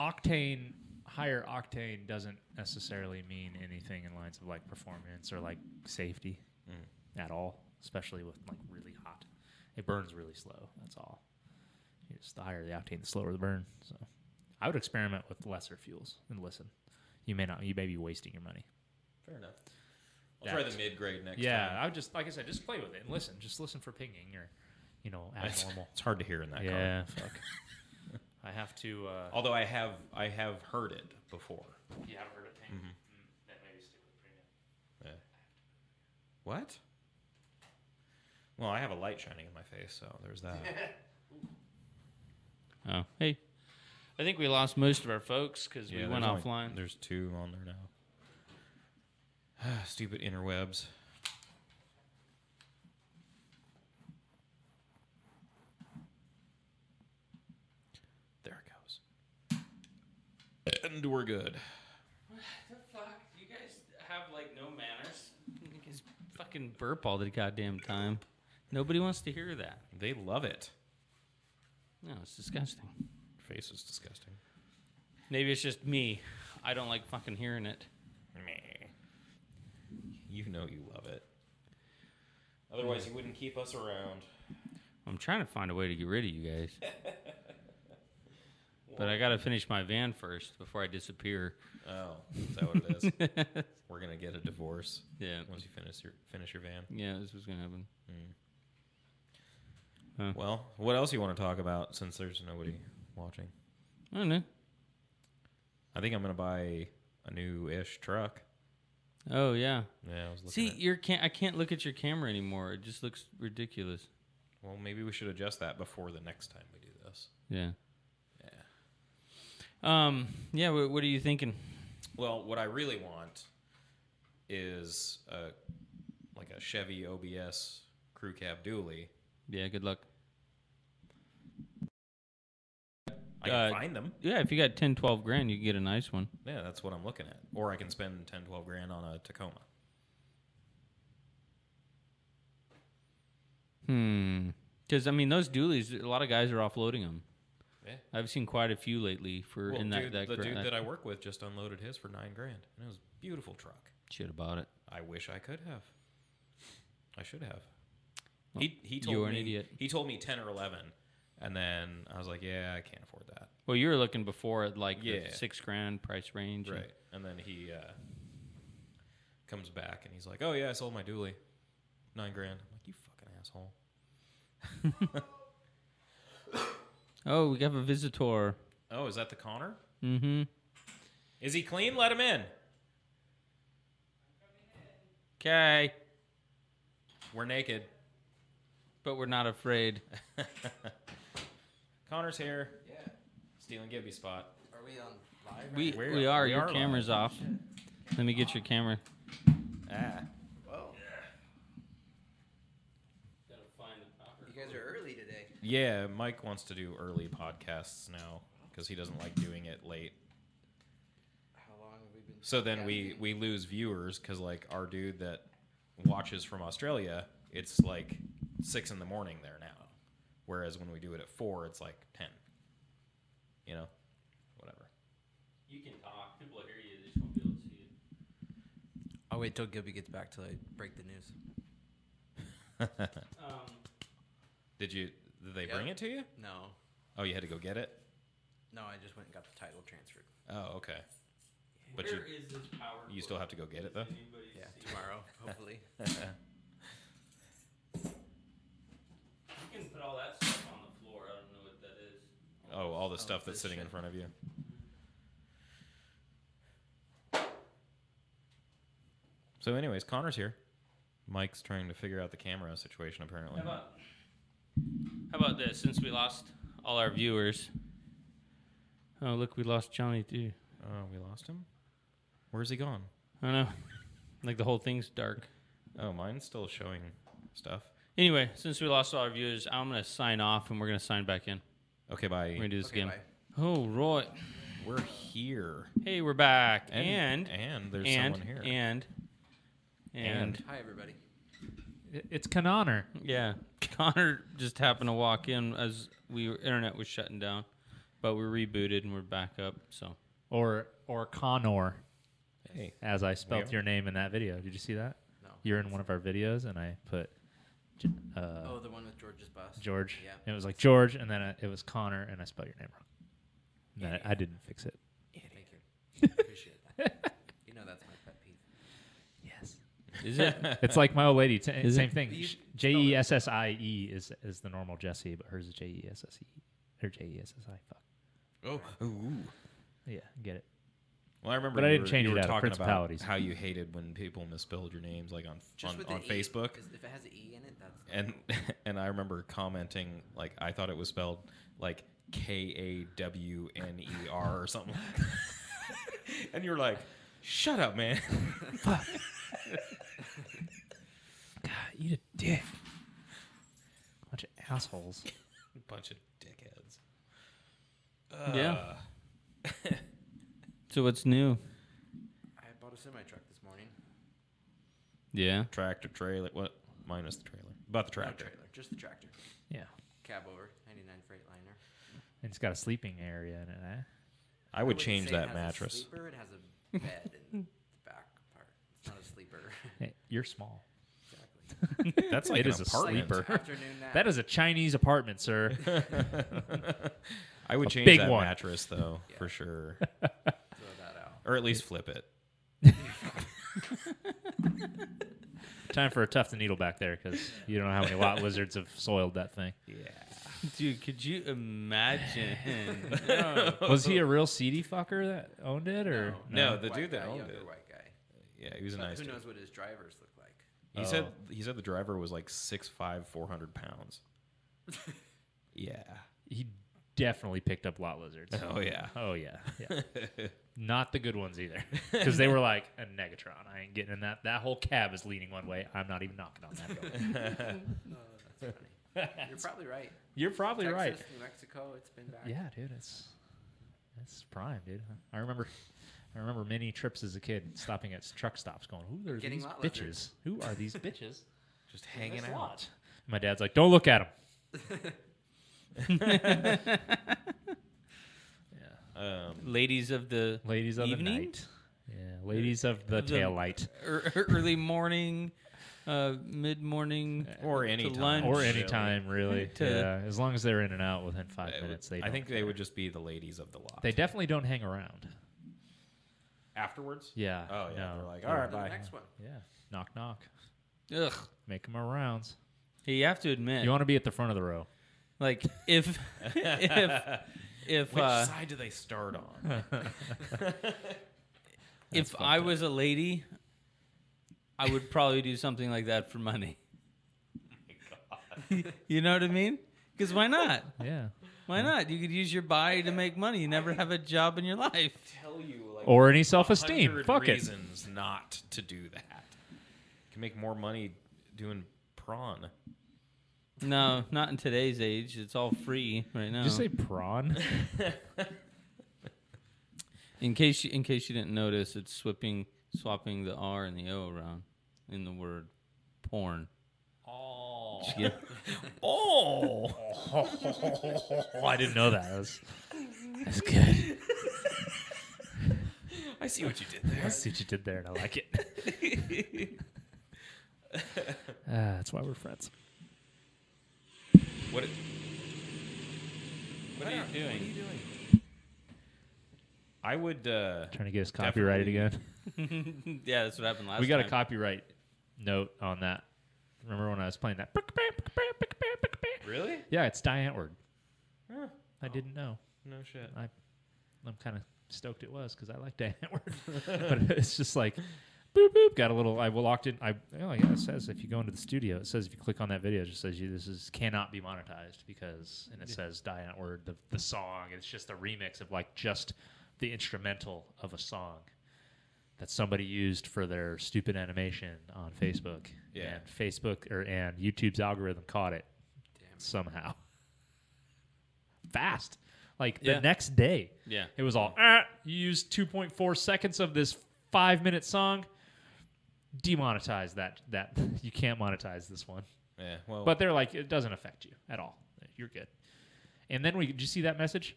Speaker 3: octane, higher octane doesn't necessarily mean anything in lines of like performance or like safety
Speaker 2: Mm.
Speaker 3: at all, especially with like really hot. It burns really slow. That's all. It's the higher the octane, the slower the burn. So I would experiment with lesser fuels and listen. You may not. You may be wasting your money.
Speaker 2: Fair enough. I'll try
Speaker 3: That's-
Speaker 2: the mid grade next
Speaker 3: yeah,
Speaker 2: time.
Speaker 3: I would just like I said, just play with it and listen. Just listen for pinging or, you know,
Speaker 2: It's,
Speaker 3: abnormal.
Speaker 2: it's hard to hear in that car.
Speaker 3: yeah, fuck. I have to. Uh,
Speaker 2: Although I have I have heard it before.
Speaker 3: You haven't heard of ping?
Speaker 1: Mm-hmm.
Speaker 2: Mhm.
Speaker 3: That maybe stick with premium.
Speaker 2: Yeah. What? Well, I have a light shining in my face, so there's that.
Speaker 1: Oh, hey. I think we lost most of our folks because we
Speaker 2: Yeah,
Speaker 1: went
Speaker 2: there's
Speaker 1: offline.
Speaker 2: only- there's two on there now. Stupid interwebs. and we're good.
Speaker 1: the fuck? You guys have like no manners. You guys fucking burp all the goddamn time. Nobody wants to hear that.
Speaker 2: They love it.
Speaker 1: No, it's disgusting.
Speaker 2: Your face is disgusting.
Speaker 1: Maybe it's just me. I don't like fucking hearing it.
Speaker 2: Meh. You know you love it. Otherwise, you wouldn't keep us around.
Speaker 1: I'm trying to find a way to get rid of you guys. But I gotta finish my van first before I disappear.
Speaker 2: Oh, is that what it is? We're gonna get a divorce
Speaker 1: yeah.
Speaker 2: once you finish your finish your van.
Speaker 1: Yeah, this was gonna happen.
Speaker 2: Well, what else you want to talk about since there's nobody watching?
Speaker 1: I don't know.
Speaker 2: I think I'm gonna buy a new ish truck.
Speaker 1: Oh yeah.
Speaker 2: Yeah, I was looking.
Speaker 1: See,
Speaker 2: at-
Speaker 1: your can I can't look at your camera anymore. It just looks ridiculous.
Speaker 2: well, maybe we should adjust that before the next time we do this.
Speaker 1: Yeah. Yeah. Um. Yeah. What, what are you thinking?
Speaker 2: Well, what I really want is a like a Chevy OBS crew cab dually.
Speaker 1: Yeah. Good luck.
Speaker 2: I can
Speaker 1: Uh,
Speaker 2: find them.
Speaker 1: Yeah. If you got 10, 12 grand, you can get a nice one.
Speaker 2: Yeah, that's what I'm looking at. Or I can spend 10, 12 grand on a Tacoma.
Speaker 1: Hmm. Because I mean, those dualies, a lot of guys are offloading them.
Speaker 2: Yeah.
Speaker 1: I've seen quite a few lately for
Speaker 2: Well,
Speaker 1: in that
Speaker 2: dude,
Speaker 1: that,
Speaker 2: the
Speaker 1: gra-
Speaker 2: dude that I work with just unloaded his for nine grand, and it was a beautiful truck.
Speaker 1: shit about it.
Speaker 2: I wish I could have. I should have. he he
Speaker 1: you
Speaker 2: told
Speaker 1: were an
Speaker 2: me
Speaker 1: idiot.
Speaker 2: he told me ten or eleven, and then I was like, yeah, I can't afford that.
Speaker 1: Well, you were looking before at like
Speaker 2: Yeah.
Speaker 1: the six grand price range. and-
Speaker 2: Right. And then he uh, comes back and he's like, "Oh yeah, I sold my dually, nine grand." I'm like, "You fucking asshole."
Speaker 1: Oh, we have a visitor.
Speaker 2: Oh, is that the Connor?
Speaker 1: Mm-hmm.
Speaker 2: Is he clean? Let him in.
Speaker 1: Okay.
Speaker 2: We're naked.
Speaker 1: But we're not afraid.
Speaker 2: Connor's here,
Speaker 4: Yeah.
Speaker 2: stealing Gibby's spot.
Speaker 4: Are we on live?
Speaker 1: We
Speaker 2: We're-
Speaker 1: we are.
Speaker 2: we
Speaker 1: your
Speaker 2: are
Speaker 1: camera's off. Let me get your camera.
Speaker 2: Ah,
Speaker 4: Whoa. You guys are early today.
Speaker 2: yeah. Mike wants to do early podcasts now because he doesn't like doing it late.
Speaker 4: How long have we been?
Speaker 2: So then we we lose viewers because like our dude that watches from Australia, it's like six in the morning there now, whereas when we do it at four, it's like ten. You know, whatever.
Speaker 1: You can talk. People will hear you. They just won't be able to see you.
Speaker 4: I'll Oh, wait till Gibby gets back till I break the news.
Speaker 1: Um,
Speaker 2: Did you? Did they
Speaker 4: Yeah.
Speaker 2: bring it to you?
Speaker 4: No,
Speaker 2: Oh, you had to go get it.
Speaker 4: no, I just went and got the title transferred.
Speaker 2: Oh, okay. But you
Speaker 1: is this power?
Speaker 2: you still have to go get it though.
Speaker 4: Yeah, tomorrow hopefully.
Speaker 1: You can put all that stuff on the floor. I don't know what that is.
Speaker 2: Oh, all the stuff that's
Speaker 4: this
Speaker 2: sitting in
Speaker 4: shit.
Speaker 2: front of you. So, anyways, Connor's here. Mike's trying to figure out the camera situation, apparently.
Speaker 1: How about how about this? Since we lost all our viewers. Oh look, we lost Johnny too.
Speaker 2: Oh, we lost him? Where's he gone?
Speaker 1: I know. Like the whole thing's dark.
Speaker 2: Oh, mine's still showing stuff.
Speaker 1: Anyway, since we lost all our viewers, I'm gonna sign off and we're gonna sign back in.
Speaker 2: Okay,
Speaker 1: We're gonna
Speaker 2: bye.
Speaker 1: do this
Speaker 4: Okay,
Speaker 1: again.
Speaker 4: bye.
Speaker 1: Oh Roy.
Speaker 2: We're here.
Speaker 1: Hey, we're back. And and
Speaker 2: and there's
Speaker 1: and
Speaker 2: someone here.
Speaker 1: and,
Speaker 2: And.
Speaker 4: Hi everybody.
Speaker 3: It- It's Kanonor.
Speaker 1: yeah. Connor just happened to walk in as we internet was shutting down. But we rebooted and we're back up, so
Speaker 3: Or or Connor,
Speaker 2: hey,
Speaker 3: as I spelt
Speaker 2: Weird.
Speaker 3: your name in that video. Did you see that?
Speaker 4: No.
Speaker 3: You're in one of our videos, and I put J- uh,
Speaker 4: Oh, the one with George's boss.
Speaker 3: George.
Speaker 4: Yeah.
Speaker 3: And it was like George, and then uh, it was Connor, and I spelled your name wrong. And then I, I didn't fix it.
Speaker 4: Thank you. Appreciate that. You know that's my pet peeve.
Speaker 3: Yes.
Speaker 1: is it
Speaker 3: It's like my old lady. T-
Speaker 1: Is
Speaker 3: same
Speaker 1: it-
Speaker 3: thing.
Speaker 4: You
Speaker 3: Sh-
Speaker 4: spelled
Speaker 3: J e s s i e is is the normal Jesse, but hers is J e s s e or J e s s i. Fuck.
Speaker 2: Oh, ooh.
Speaker 3: Yeah, get it.
Speaker 2: Well, I remember
Speaker 3: But I
Speaker 2: you
Speaker 3: didn't
Speaker 2: were-
Speaker 3: change
Speaker 2: you
Speaker 3: it
Speaker 2: were
Speaker 3: out of
Speaker 2: talking about
Speaker 3: principalities.
Speaker 2: how you hated when people misspelled your names, like on
Speaker 4: Just
Speaker 2: on,
Speaker 4: with the
Speaker 2: on
Speaker 4: E,
Speaker 2: Facebook.
Speaker 4: 'cause If it has an E in it, that's.
Speaker 2: and and I remember commenting like I thought it was spelled like K A W N E R or something. like that. and you're like, "Shut up, man."
Speaker 3: God, eat a dick. Bunch of assholes.
Speaker 2: Bunch of dickheads.
Speaker 1: Yeah. So what's new?
Speaker 4: I bought a semi truck this morning.
Speaker 1: Yeah.
Speaker 2: Tractor trailer. What? Minus the trailer. About the
Speaker 4: No
Speaker 2: tractor.
Speaker 4: trailer, just the tractor.
Speaker 3: Yeah.
Speaker 4: Cab over, 99 Freightliner.
Speaker 3: And it's got a sleeping area in it. Eh?
Speaker 2: I would
Speaker 4: wouldn't
Speaker 2: change
Speaker 4: say it
Speaker 2: that
Speaker 4: has a
Speaker 2: mattress.
Speaker 4: sleeper, it has a bed in the back part. It's not a sleeper.
Speaker 3: Hey, you're small.
Speaker 4: exactly.
Speaker 2: That's like
Speaker 3: It
Speaker 2: an
Speaker 3: is a
Speaker 2: apartment.
Speaker 3: sleeper.
Speaker 4: Afternoon nap.
Speaker 3: That is a Chinese apartment, sir.
Speaker 2: I would
Speaker 3: A
Speaker 2: change
Speaker 3: big
Speaker 2: that
Speaker 3: one.
Speaker 2: mattress though
Speaker 4: Yeah.
Speaker 2: for sure,
Speaker 4: Throw that out.
Speaker 2: or at least flip it.
Speaker 3: Time for a tough the needle back there because you don't know how many lot lizards have soiled that thing.
Speaker 1: Dude, could you imagine? No.
Speaker 3: Was he a real seedy fucker that owned it, or
Speaker 2: No,
Speaker 4: Uh,
Speaker 2: the
Speaker 4: white
Speaker 2: dude that
Speaker 4: guy,
Speaker 2: owned
Speaker 4: younger
Speaker 2: it.
Speaker 4: white guy.
Speaker 2: Yeah, he was a
Speaker 4: But
Speaker 2: nice.
Speaker 4: who
Speaker 2: dude.
Speaker 4: knows what his drivers look like?
Speaker 2: He said
Speaker 3: Oh.
Speaker 2: he said the driver was like six five, four hundred pounds. yeah.
Speaker 3: he definitely picked up lot lizards?
Speaker 2: Oh yeah.
Speaker 3: Oh yeah, yeah. Not the good ones either, because they were like a negatron. I ain't getting in that. That whole cab is leaning one way. I'm not even knocking on that door.
Speaker 4: Oh, that's funny. You're probably right.
Speaker 3: You're probably
Speaker 4: Texas,
Speaker 3: right.
Speaker 4: New Mexico, it's been back.
Speaker 3: Yeah, dude, it's it's prime, dude. I remember, I remember many trips as a kid stopping at truck stops, going, "Who are
Speaker 4: Getting
Speaker 3: these
Speaker 4: lot
Speaker 3: bitches?
Speaker 4: lizards."
Speaker 3: Who are these bitches
Speaker 2: Just
Speaker 3: in
Speaker 2: hanging
Speaker 3: this
Speaker 2: out.
Speaker 3: lot?" My dad's like, "Don't look at them." yeah,
Speaker 2: Um,
Speaker 1: Ladies of the
Speaker 3: ladies of the
Speaker 1: Evening?
Speaker 3: night. Yeah, ladies of the
Speaker 1: Of the-
Speaker 3: tail light.
Speaker 1: er- er- early morning, uh, mid morning.
Speaker 2: or any time.
Speaker 1: lunch.
Speaker 3: or
Speaker 1: Really.
Speaker 3: any time really.
Speaker 1: To-
Speaker 3: yeah, as long as they're in and out within
Speaker 2: I,
Speaker 3: five
Speaker 2: would-
Speaker 3: minutes, they.
Speaker 2: I
Speaker 3: don't
Speaker 2: think they
Speaker 3: care.
Speaker 2: would just be the ladies of the lot.
Speaker 3: They definitely don't hang around.
Speaker 2: afterwards.
Speaker 3: Yeah.
Speaker 2: Oh yeah.
Speaker 3: no.
Speaker 2: They're like,
Speaker 3: Yeah.
Speaker 2: all
Speaker 4: To
Speaker 2: right,
Speaker 4: the
Speaker 2: bye.
Speaker 4: next one.
Speaker 3: Yeah. Knock knock.
Speaker 1: Ugh.
Speaker 3: Make them our rounds.
Speaker 1: Hey, you have to admit,
Speaker 3: You want to be at the front of the row.
Speaker 1: like if if if
Speaker 2: Which
Speaker 1: uh,
Speaker 2: side do they start on?
Speaker 1: if
Speaker 3: fucked
Speaker 1: I
Speaker 3: up.
Speaker 1: was a lady, I would probably do something like that for money.
Speaker 3: Oh
Speaker 1: you know what I mean? Because why not?
Speaker 3: Yeah.
Speaker 1: Why not? You could use your body to make money. You never have a job in your life.
Speaker 2: Tell you like
Speaker 3: Or any self-esteem.
Speaker 2: 100
Speaker 3: Fuck it.
Speaker 2: reasons not to do that. Can make more money doing prawn.
Speaker 1: No, not in today's age. It's all free right now.
Speaker 3: Did you say prawn?
Speaker 1: in case you, in case you didn't notice, it's swapping swapping the R and the O around in the word porn.
Speaker 3: oh.
Speaker 1: Just get-
Speaker 2: Oh,
Speaker 3: I didn't know that. That was- that's good.
Speaker 2: I see what you did there.
Speaker 3: I see what you did there, and I like it. Ah, that's why we're friends.
Speaker 2: What? It,
Speaker 1: what are you doing?
Speaker 2: I would. Uh,
Speaker 3: Trying to get us copyrighted
Speaker 2: Definitely.
Speaker 3: again.
Speaker 1: yeah, that's what happened last.
Speaker 3: we got a
Speaker 1: time.
Speaker 3: copyright note on that. Remember when I was playing that?
Speaker 2: really?
Speaker 3: Yeah, it's Die Antwoord.
Speaker 2: Huh. Oh.
Speaker 3: I didn't know.
Speaker 2: No shit.
Speaker 3: I, I'm kind of stoked it was because I like Die Antwoord. but it's just like, boop boop. Got a little. I locked in. I oh yeah. It says if you go into the studio, it says if you click on that video, it just says you this is cannot be monetized because and it says Die Antwoord the the song. And it's just a remix of like just the instrumental of a song. That somebody used for their stupid animation on Facebook,
Speaker 2: Yeah.
Speaker 3: and Facebook or and YouTube's algorithm caught it somehow. Fast. Like the
Speaker 1: Yeah.
Speaker 3: next day.
Speaker 1: Yeah.
Speaker 3: It was all, ah, you used 2.4 seconds of this five minute song. Demonetize that. That You can't monetize this one.
Speaker 2: Yeah. Well,
Speaker 3: But they're like, it doesn't affect you at all. You're good. And then we, did you see that message?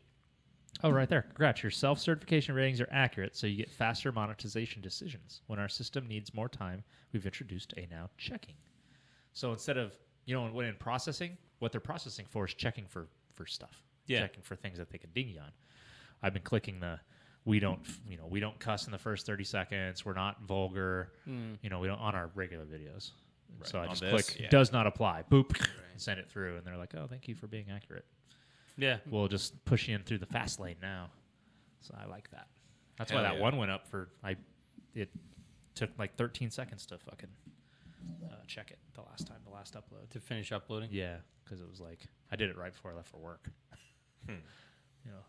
Speaker 3: Oh, right there. Congrats. Your self certification ratings are accurate, so you get faster monetization decisions. When our system needs more time, we've introduced a now checking. So instead of, you know, when in processing, what they're processing for is checking for, for stuff,
Speaker 1: Yeah.
Speaker 3: checking for things that they can ding you on. I've been clicking the, we don't, you know, we don't cuss in the first 30 seconds. We're not vulgar. You know, we don't on our regular videos. So I
Speaker 2: Hmm. On
Speaker 3: just
Speaker 2: this,
Speaker 3: click
Speaker 2: yeah.
Speaker 3: does not apply. Boop, and send it through, and they're like, "Oh, thank you for being accurate.
Speaker 1: Yeah.
Speaker 2: Hmm.
Speaker 3: We'll just push you in through the fast lane now." So I like that. That's why
Speaker 2: Hell
Speaker 3: that
Speaker 2: yeah.
Speaker 3: one went up for I. It took like 13 seconds to fucking uh, check it the last time, the last upload.
Speaker 1: To finish uploading.
Speaker 3: Yeah, because it was like I did it right before I left for work.
Speaker 2: Hmm.
Speaker 3: You know,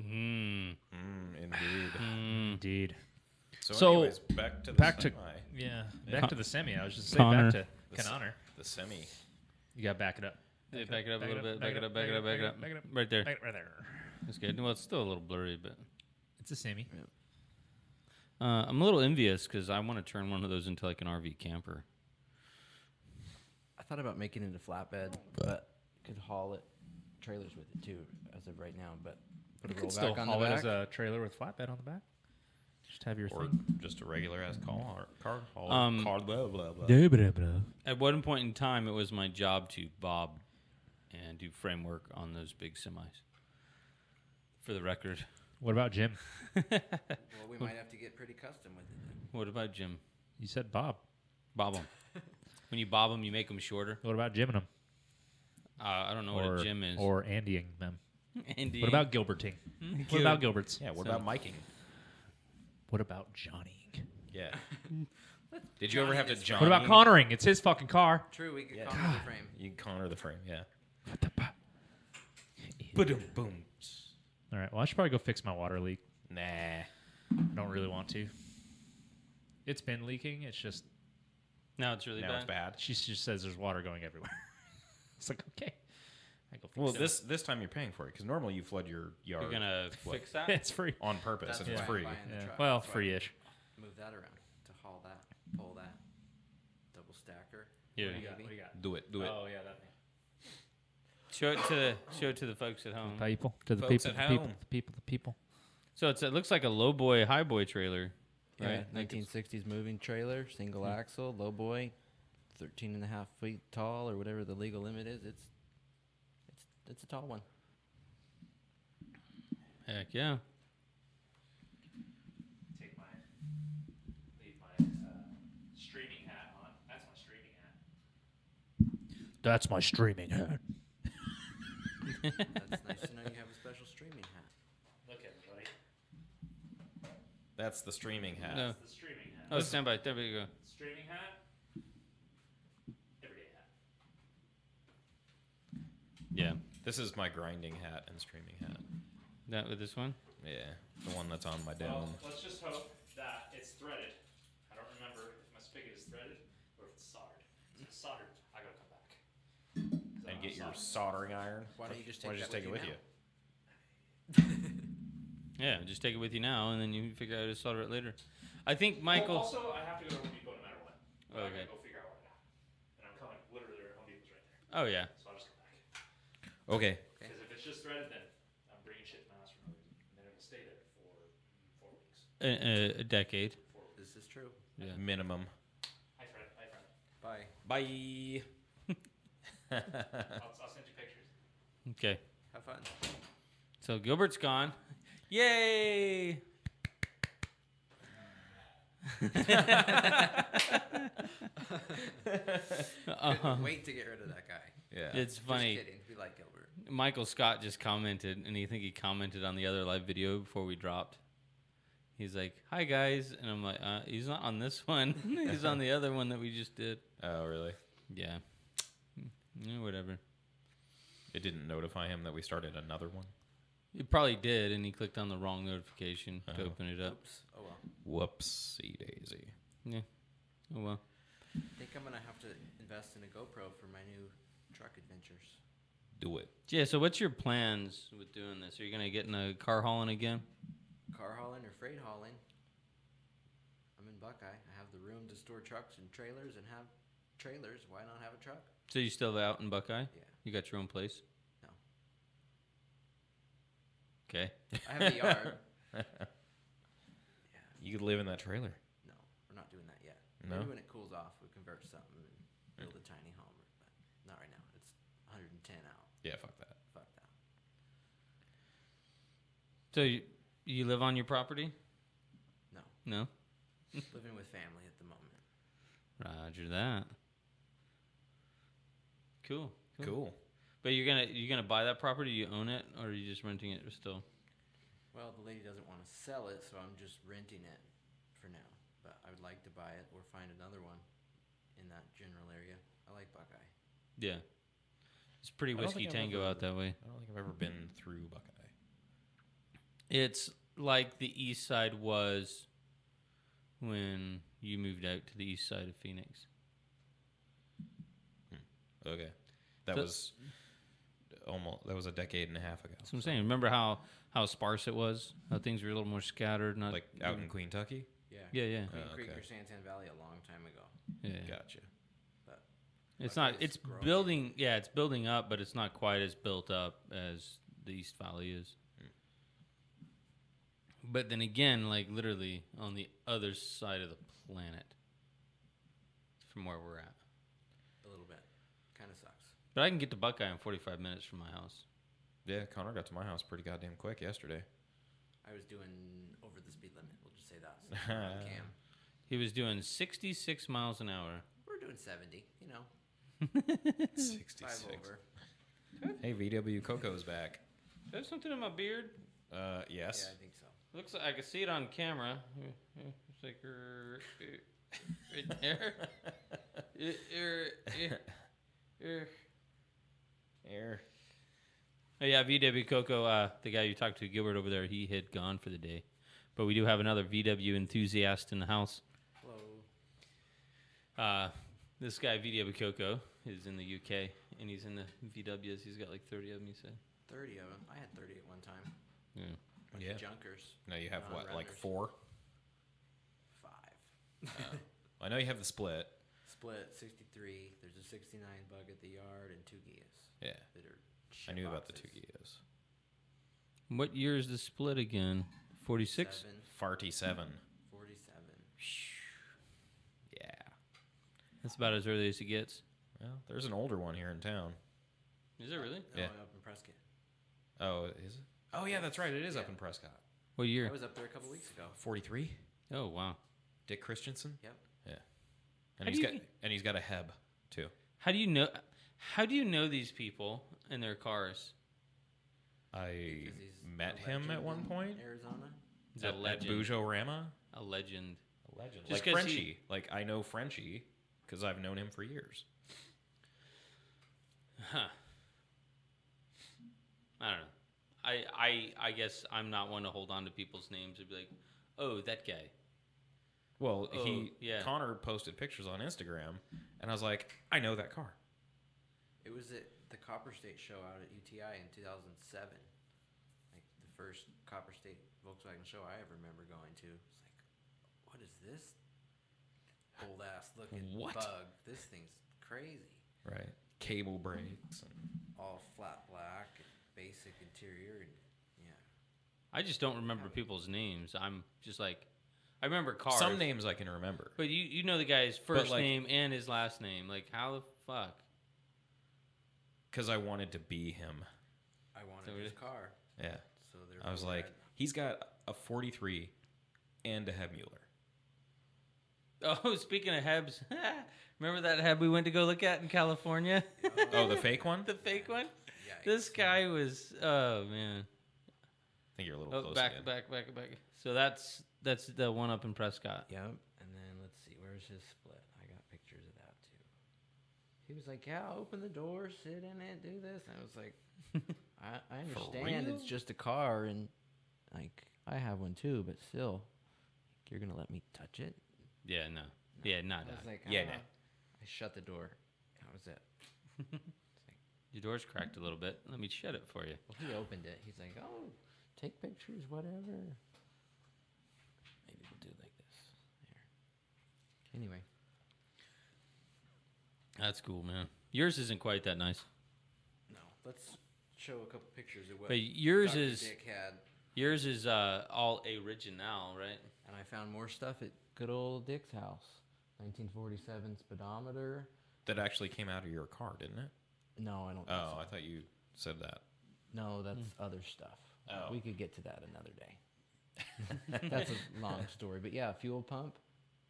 Speaker 1: Mm.
Speaker 2: mm, indeed.
Speaker 1: Mm-hmm.
Speaker 3: indeed.
Speaker 2: So,
Speaker 3: So,
Speaker 2: anyways, back to the
Speaker 3: back to-
Speaker 2: semi.
Speaker 3: Yeah.
Speaker 2: Yeah.
Speaker 3: Back to the semi. I was just saying
Speaker 1: Connor.
Speaker 3: back to
Speaker 2: The se-
Speaker 3: Connor.
Speaker 2: the semi.
Speaker 3: You got to back it up.
Speaker 1: Yeah, back it up a
Speaker 3: Back it
Speaker 1: little bit.
Speaker 3: up,
Speaker 1: Back it up. Back it up. Back it up. Right there.
Speaker 3: Back it right there.
Speaker 1: That's good. Well, it's still a little blurry, but
Speaker 3: It's a semi.
Speaker 1: Uh, I'm a little envious because I want to turn one of those into like an RV camper.
Speaker 4: I thought about making it a flatbed, but could haul it trailers with it too, as of right now. But put a
Speaker 3: You could
Speaker 4: rollback
Speaker 3: still
Speaker 4: on
Speaker 3: haul
Speaker 4: the
Speaker 3: it
Speaker 4: back.
Speaker 3: as a trailer with flatbed on the back. Just have your
Speaker 2: or
Speaker 3: thing.
Speaker 2: just a regular ass car car hauler.
Speaker 1: Um,
Speaker 2: car blah blah blah.
Speaker 3: uh,
Speaker 1: At one point in time, it was my job to bob and do framework on those big semis. For the record,
Speaker 3: What about Jim?
Speaker 4: well, we might have to get pretty custom with it. Then.
Speaker 1: what about Jim?
Speaker 3: You said Bob.
Speaker 1: Bob them. when you bob them, you make them shorter.
Speaker 3: What about Jim and him?
Speaker 1: Uh, I don't know
Speaker 3: or
Speaker 1: what a gym is.
Speaker 3: Or Andying them.
Speaker 1: Andy.
Speaker 3: What about Gilberting? What about Gilberts?
Speaker 2: Yeah, what
Speaker 1: So-
Speaker 2: about miking?
Speaker 3: What about Johnnying?
Speaker 2: Yeah. Did you ever have to Johnny?
Speaker 3: What about Connoring? It's his fucking car.
Speaker 4: True, we could
Speaker 2: Yeah.
Speaker 4: call it the frame.
Speaker 2: You Connor the frame, yeah.
Speaker 3: All
Speaker 2: Boom boom.
Speaker 3: right. Well, I should probably go fix my water leak.
Speaker 2: Nah.
Speaker 3: I don't really want to. It's been leaking. It's just
Speaker 1: Now it's really
Speaker 2: now
Speaker 1: bad.
Speaker 2: it's bad.
Speaker 3: she just says there's water going everywhere. it's like okay. I go fix
Speaker 2: Well,
Speaker 3: it.
Speaker 2: this this time you're paying for it because normally you flood your yard
Speaker 1: You're gonna
Speaker 2: What?
Speaker 1: fix that.
Speaker 3: it's free.
Speaker 2: on purpose
Speaker 4: That's
Speaker 2: and it's
Speaker 4: why I'm
Speaker 2: free.
Speaker 4: buying the
Speaker 3: Yeah.
Speaker 4: truck.
Speaker 3: Well,
Speaker 4: That's why I
Speaker 3: free-ish.
Speaker 4: Move that around to haul that, pull that, double stacker.
Speaker 1: Yeah.
Speaker 4: got? What do
Speaker 3: got? Oh,
Speaker 2: Do it, do it.
Speaker 4: Oh.
Speaker 3: yeah, that thing.
Speaker 1: Show it to the show it to the folks at home.
Speaker 3: People to the
Speaker 2: Folks
Speaker 3: people,
Speaker 2: at
Speaker 3: the people,
Speaker 2: home.
Speaker 3: the people, the people.
Speaker 1: So it's, it looks like a low boy, high boy trailer.
Speaker 4: Yeah,
Speaker 1: Right.
Speaker 4: 1960s moving trailer, single axle, low boy, 13 and a half feet tall or whatever the legal limit is. It's it's it's a tall one.
Speaker 1: Heck yeah.
Speaker 3: Take my leave my uh, streaming hat on. That's my streaming hat. That's my streaming hat.
Speaker 4: That's nice to know you have a special streaming hat.
Speaker 3: Look at it, buddy.
Speaker 2: That's the streaming hat.
Speaker 1: No.
Speaker 3: It's the streaming hat.
Speaker 1: Oh, stand by. There we go.
Speaker 3: Streaming hat. Everyday hat.
Speaker 1: Yeah.
Speaker 2: This is my grinding hat and streaming hat.
Speaker 1: That with this one.
Speaker 2: Yeah, the one that's on my
Speaker 3: Well,
Speaker 2: dome.
Speaker 3: let's just hope that it's threaded. I don't remember if my spigot is threaded or if it's soldered. If it's soldered, I gotta come back. 'Cause I
Speaker 2: and
Speaker 3: don't
Speaker 2: get
Speaker 3: have
Speaker 2: your
Speaker 3: solder.
Speaker 2: soldering iron.
Speaker 4: Why don't you just
Speaker 2: Why
Speaker 4: take
Speaker 2: just
Speaker 4: that
Speaker 2: take it
Speaker 4: with
Speaker 2: with
Speaker 4: you
Speaker 2: you?
Speaker 1: Yeah. Just take it with you now, and then you figure out how to solder it later. I think Michael.
Speaker 3: Well,
Speaker 1: Oh,
Speaker 3: also, I have to go to Home Depot no matter what. But I
Speaker 1: Okay.
Speaker 3: gotta go figure out what now. And I'm coming. Literally, Home Depot's right there.
Speaker 1: oh yeah.
Speaker 3: So I'll just come back.
Speaker 2: Okay.
Speaker 3: Because if it's just threaded, then I'm bringing shit to my house for no reason. And then it'll stay there for four weeks.
Speaker 1: A, a, a decade.
Speaker 4: This is true.
Speaker 1: Yeah.
Speaker 2: Minimum.
Speaker 3: Hi, Fred. Hi, Fred.
Speaker 4: Bye.
Speaker 2: Bye.
Speaker 3: I'll, I'll send you pictures.
Speaker 1: Okay.
Speaker 4: Have fun.
Speaker 1: So Gilbert's gone. Yay.
Speaker 4: Couldn't Wait to get rid of that guy.
Speaker 2: Yeah.
Speaker 1: Uh-huh. It's funny.
Speaker 4: Just kidding. We like Gilbert.
Speaker 1: Michael Scott just commented, and he think he commented on the other live video before we dropped. He's like, "Hi guys," and I'm like, uh, "He's not on this one. he's on the other one that we just did."
Speaker 2: oh, really?
Speaker 1: Yeah. Yeah, whatever.
Speaker 2: It didn't notify him that we started another one.
Speaker 1: He probably did, and he clicked on the wrong notification to
Speaker 2: Oh.
Speaker 1: open it up.
Speaker 4: Oops. Oh well.
Speaker 2: Whoopsie daisy.
Speaker 1: Yeah. Oh well.
Speaker 4: I think I'm gonna have to invest in a GoPro for my new truck adventures.
Speaker 2: Do it.
Speaker 1: Yeah. So, what's your plans with doing this? Are you gonna get in a car hauling again?
Speaker 4: Car hauling or freight hauling. I'm in Buckeye. I have the room to store trucks and trailers and have trailers. Why not have a truck?
Speaker 1: So you still out in Buckeye?
Speaker 4: Yeah.
Speaker 1: You got your own place?
Speaker 4: No.
Speaker 1: Okay.
Speaker 4: I have a yard. yeah.
Speaker 2: You could live in that trailer.
Speaker 4: No, we're not doing that yet.
Speaker 2: No?
Speaker 4: Maybe when it cools off, we convert something and build a tiny home. But not right now. It's 110 out.
Speaker 2: Yeah, fuck that.
Speaker 4: Fuck that.
Speaker 1: So you, you live on your property?
Speaker 4: No,
Speaker 1: No.
Speaker 4: living with family at the moment.
Speaker 1: Roger that. Cool.
Speaker 2: Cool.
Speaker 1: But you're gonna you're gonna buy that property? You own it, or are you just renting it still?
Speaker 4: Well, the lady doesn't want to sell it, so I'm just renting it for now. But I would like to buy it or find another one in that general area. I like Buckeye.
Speaker 1: Yeah. It's pretty
Speaker 2: I don't
Speaker 1: whiskey
Speaker 2: think I've
Speaker 1: tango
Speaker 2: ever-
Speaker 1: out that way.
Speaker 2: I don't think I've ever been through Buckeye.
Speaker 1: It's like the east side was when you moved out to the east side of Phoenix.
Speaker 2: Okay. That
Speaker 1: So-
Speaker 2: was uh, almost that was a decade and a half ago.
Speaker 1: That's what I'm saying. Remember how how sparse it was? How things were a little more scattered. Not
Speaker 2: Like out in Kentucky.
Speaker 4: Yeah.
Speaker 1: yeah, yeah,
Speaker 4: Queen
Speaker 2: Oh,
Speaker 4: Creek
Speaker 2: okay.
Speaker 4: or Santan Valley a long time ago.
Speaker 1: yeah. yeah.
Speaker 2: Gotcha.
Speaker 4: But
Speaker 1: It's
Speaker 4: Like,
Speaker 1: not.
Speaker 4: it's
Speaker 1: It's
Speaker 4: growing.
Speaker 1: building. Yeah, it's building up, but it's not quite as built up as the East Valley is. But then again, like literally on the other side of the planet from where we're at.
Speaker 4: a little bit, kind of sucks.
Speaker 1: But I can get to Buckeye in 45 minutes from my house.
Speaker 2: Yeah, Connor got to my house pretty goddamn quick yesterday.
Speaker 4: I was doing over the speed limit. We'll just say that. since we're on cam.
Speaker 1: He was doing 66 miles an hour.
Speaker 4: We're doing 70, you know, five
Speaker 2: Sixty-six.
Speaker 4: over.
Speaker 2: Hey, VW Coco's back.
Speaker 1: Do I have something in my beard?
Speaker 2: Uh, yes.
Speaker 4: Yeah, I think so.
Speaker 1: Looks like I can see it on camera. It's like er, er, right there. Er, er, er, er.
Speaker 2: Air.
Speaker 1: Oh, yeah, VW Coco, uh, the guy you talked to, Gilbert over there, he had gone for the day. But we do have another VW enthusiast in the house.
Speaker 4: Hello.
Speaker 1: Uh, this guy, VW Coco, is in the UK, and he's in the VWs. He's got like 30 of them, he said.
Speaker 4: 30 of them. I had 30 at one time.
Speaker 1: Yeah.
Speaker 4: Like
Speaker 2: Yeah.
Speaker 4: the Junkers,
Speaker 2: No, you have
Speaker 4: Uh,
Speaker 2: what, like
Speaker 4: Raptors.
Speaker 2: four?
Speaker 4: five.
Speaker 2: I know you have the split.
Speaker 4: Split 63. There's a 69 bug at the yard and two Gias
Speaker 2: Yeah.
Speaker 4: that are.
Speaker 2: I
Speaker 4: shit
Speaker 2: knew about the two
Speaker 4: boxes.
Speaker 2: Gios.
Speaker 1: What year is the split again? 46?
Speaker 4: Seven,
Speaker 2: Farty seven.
Speaker 4: 47.
Speaker 2: Yeah.
Speaker 1: That's about as early as it gets.
Speaker 2: Well, there's an older one here in town.
Speaker 1: Is it really?
Speaker 4: No,
Speaker 2: Yeah.
Speaker 4: I'm up in Prescott.
Speaker 2: Oh, is it? Oh yeah, that's right. It is up
Speaker 4: Yeah.
Speaker 2: in Prescott.
Speaker 1: What year?
Speaker 4: I was up there a couple weeks ago.
Speaker 2: Forty-three.
Speaker 1: Oh, wow.
Speaker 2: Dick Christensen.
Speaker 4: Yep.
Speaker 2: Yeah.
Speaker 1: How
Speaker 2: And
Speaker 1: do
Speaker 2: he's
Speaker 1: you
Speaker 2: got
Speaker 1: get-
Speaker 2: and he's got a heb too.
Speaker 1: How do you know? How do you know these people and their cars?
Speaker 2: I
Speaker 4: Because he's a
Speaker 2: met him at
Speaker 4: legend
Speaker 2: one
Speaker 4: in
Speaker 2: point
Speaker 4: Arizona.
Speaker 1: He's
Speaker 2: at, at Bujo Rama.
Speaker 1: A legend.
Speaker 2: A legend.
Speaker 1: Just
Speaker 2: like
Speaker 1: 'cause
Speaker 2: Frenchie.
Speaker 1: he-
Speaker 2: Like I know Frenchie because I've known him for years.
Speaker 1: Huh. I don't know. I, I I guess I'm not one to hold on to people's names and be like, oh, that guy.
Speaker 2: Well,
Speaker 1: Oh,
Speaker 2: he
Speaker 1: yeah.
Speaker 2: Connor posted pictures on Instagram, and I was like, I know that car.
Speaker 4: It was at the Copper State show out at UTI in 2007. Like the first Copper State Volkswagen show I ever remember going to. It's like, what is this old ass looking
Speaker 2: What?
Speaker 4: bug? This thing's crazy.
Speaker 2: Right. Cable brakes. And,
Speaker 4: All flat black, and basic interior, and yeah.
Speaker 1: I just don't remember people's names. I'm just like, I remember cars.
Speaker 2: some names I can remember.
Speaker 1: But you, you know the guy's first
Speaker 2: like-
Speaker 1: name and his last name. Like, how the fuck?
Speaker 2: because I wanted to be him.
Speaker 4: I wanted
Speaker 1: So
Speaker 4: his
Speaker 1: it-
Speaker 4: car,
Speaker 2: Yeah,
Speaker 4: so there.
Speaker 2: I was like, he's got a 43 and a head Mueller.
Speaker 1: Oh, speaking of Hebs, remember that Heb we went to go look at in California?
Speaker 2: Oh, the fake one. I
Speaker 1: the fake one?
Speaker 4: yeah,
Speaker 1: This guy was, oh, man.
Speaker 2: think you're a little
Speaker 1: Oh,
Speaker 2: close
Speaker 1: back,
Speaker 2: again.
Speaker 1: back, back, back. So that's that's the one up in Prescott.
Speaker 4: Yep. And then let's see, where's his split? I got pictures of that too. He was like, "Yeah, open the door, sit in it, do this." And I was like, "I, I
Speaker 2: For
Speaker 4: understand. It's
Speaker 2: real?
Speaker 4: just a car, and like I have one too, but still, you're gonna let me touch it?"
Speaker 1: Yeah, no. Yeah, not
Speaker 4: I was
Speaker 1: that.
Speaker 4: like,
Speaker 2: Yeah,
Speaker 4: "Ah."
Speaker 2: no.
Speaker 4: I shut the door. That was it.
Speaker 1: Your door's cracked a little bit. Let me shut it for you.
Speaker 4: Well, he opened it. He's like, "Oh, take pictures, whatever." Maybe we'll do it like this. There. Anyway,
Speaker 1: That's cool, man. Yours isn't quite that nice.
Speaker 4: no. Let's show a couple pictures of what.
Speaker 1: But yours
Speaker 4: Dr.
Speaker 1: is
Speaker 4: Dick had,
Speaker 1: yours is uh all original, right?
Speaker 4: and I found more stuff at good old Dick's house. 1947 speedometer.
Speaker 2: That actually came out of your car, didn't it?
Speaker 4: No, I don't. think
Speaker 2: Oh,
Speaker 4: so.
Speaker 2: I thought you said that.
Speaker 4: no, that's
Speaker 1: Hmm.
Speaker 4: other stuff.
Speaker 2: Oh.
Speaker 4: We could get to that another day. that's a long story, but yeah, fuel pump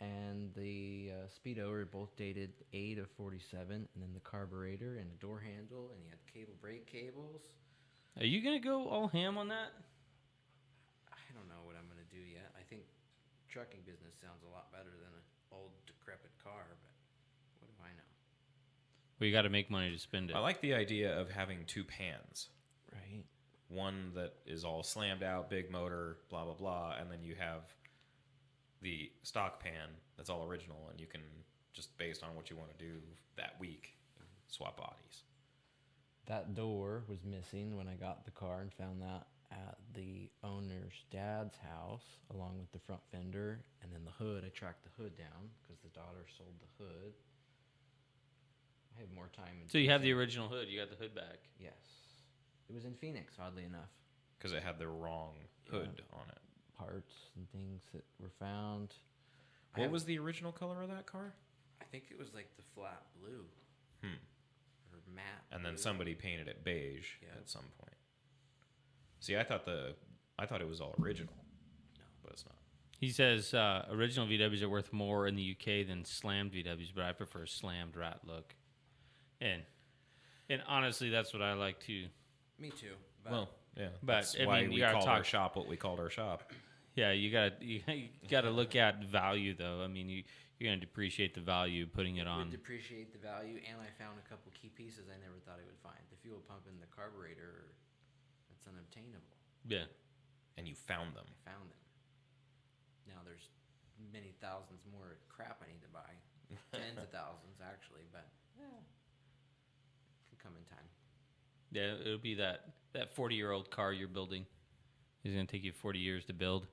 Speaker 4: and the uh, speedo are both dated 8 of 47, and then the carburetor and the door handle, and he had cable brake cables.
Speaker 1: Are you gonna go all ham on that?
Speaker 4: I don't know what I'm gonna do yet. I think trucking business sounds a lot better than an old decrepit car, but what do I know?
Speaker 1: Well, you got to make money to spend it.
Speaker 2: I like the idea of having two pans.
Speaker 4: Right.
Speaker 2: One that is all slammed out, big motor, blah blah blah, and then you have the stock pan that's all original, and you can just based on what you want to do that week swap bodies.
Speaker 4: That door was missing when I got the car and found that at the owner's dad's house, along with the front fender and then the hood. I tracked the hood down because the daughter sold the hood. I have more time. In
Speaker 1: So you have the
Speaker 4: Phoenix.
Speaker 1: original hood. You got the hood back.
Speaker 4: Yes. It was in Phoenix, oddly enough.
Speaker 2: because it had the wrong hood on it.
Speaker 4: Parts and things that were found. I
Speaker 2: What
Speaker 4: have-
Speaker 2: was the original color of that car?
Speaker 4: I think it was like the flat blue.
Speaker 2: Hmm.
Speaker 4: Or matte.
Speaker 2: And then
Speaker 4: blue.
Speaker 2: somebody painted it beige
Speaker 4: Yeah.
Speaker 2: at some point. See, I thought the I thought it was all original,
Speaker 4: No.
Speaker 2: but it's not.
Speaker 1: He says uh, original VWs are worth more in the UK than slammed VWs, but I prefer slammed rat look. And and honestly, that's what I like too.
Speaker 4: Me too. But
Speaker 2: well, yeah,
Speaker 1: but,
Speaker 2: that's
Speaker 1: I
Speaker 2: why
Speaker 1: mean, you
Speaker 2: we
Speaker 1: gotta
Speaker 2: called our
Speaker 1: talk-
Speaker 2: shop what we called our shop.
Speaker 1: Yeah, you gotta you, you gotta look at value though. I mean, you you're gonna depreciate the value putting it
Speaker 2: um,
Speaker 4: would
Speaker 1: on.
Speaker 4: depreciate the value, and I found a couple key pieces I never thought I would find. The fuel pump and the carburetor, that's unobtainable.
Speaker 1: yeah,
Speaker 2: And you found them.
Speaker 4: I found them. Now there's many thousands more crap I need to buy, tens of thousands actually, but yeah, could come in time.
Speaker 1: yeah, it'll be that that 40 year old car you're building. It's gonna take you 40 years to build.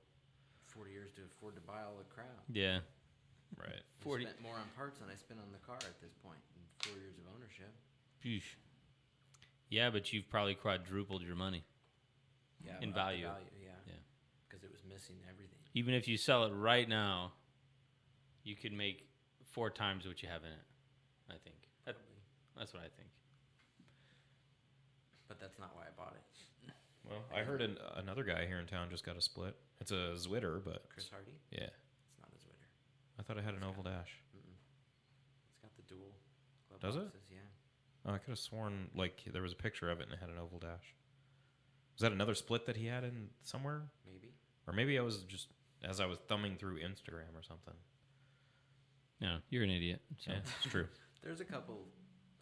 Speaker 4: Forty years to afford to buy all the crap.
Speaker 1: Yeah,
Speaker 2: Right.
Speaker 4: I
Speaker 1: 40
Speaker 4: spent more on parts than I spent on the car at this point in four years of ownership.
Speaker 1: Phew. yeah, but you've probably quadrupled your money.
Speaker 4: Yeah,
Speaker 1: In
Speaker 4: up the
Speaker 1: value.
Speaker 4: yeah,
Speaker 1: Yeah.
Speaker 4: because it was missing everything.
Speaker 1: even if you sell it right now, you could make four times what you have in it. I think that,
Speaker 4: Probably.
Speaker 1: that's what I think.
Speaker 4: But that's not why I bought it.
Speaker 2: Well, I heard an, another guy here in town just got a split. It's a Zwitter, but
Speaker 4: Chris Hardy,
Speaker 2: yeah,
Speaker 4: it's not his winner.
Speaker 2: I thought it had an oval dash.
Speaker 4: Mm-mm. It's got the dual glove
Speaker 2: Does it?
Speaker 4: boxes, yeah.
Speaker 2: Oh, I could have sworn like there was a picture of it and it had an oval dash. Was that another split that he had in somewhere?
Speaker 4: Maybe.
Speaker 2: Or maybe I was just as I was thumbing through Instagram or something.
Speaker 1: No, you're an idiot. So.
Speaker 2: Yeah, it's true.
Speaker 4: There's a couple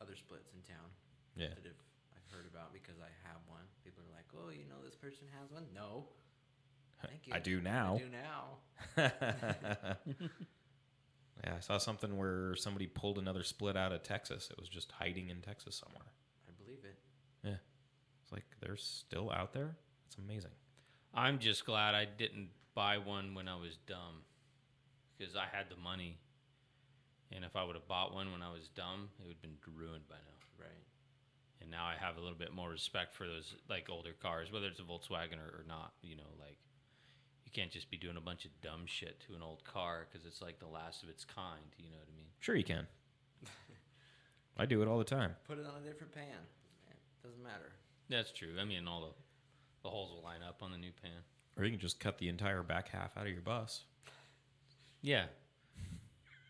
Speaker 4: other splits in town
Speaker 2: Yeah.
Speaker 4: that have, I've heard about because I have one. People are like, "Oh, you know this person has one?" No. Thank you.
Speaker 2: I do now.
Speaker 4: I do now.
Speaker 2: yeah, I saw something where somebody pulled another split out of Texas. It was just hiding in Texas somewhere.
Speaker 4: I believe it.
Speaker 2: It's like they're still out there. It's amazing.
Speaker 1: I'm just glad I didn't buy one when I was dumb, because I had the money, and if I would have bought one when I was dumb, it would have been ruined by now.
Speaker 4: Right.
Speaker 1: and now I have a little bit more respect for those like older cars, whether it's a Volkswagen or, or not. You know, like you can't just be doing a bunch of dumb shit to an old car because it's like the last of its kind. You know what I mean?
Speaker 2: Sure, you can. I do it all the time.
Speaker 4: Put it on a different pan. It doesn't matter.
Speaker 1: That's true. I mean, all the the holes will line up on the new pan.
Speaker 2: Or you can just cut the entire back half out of your bus.
Speaker 1: Yeah,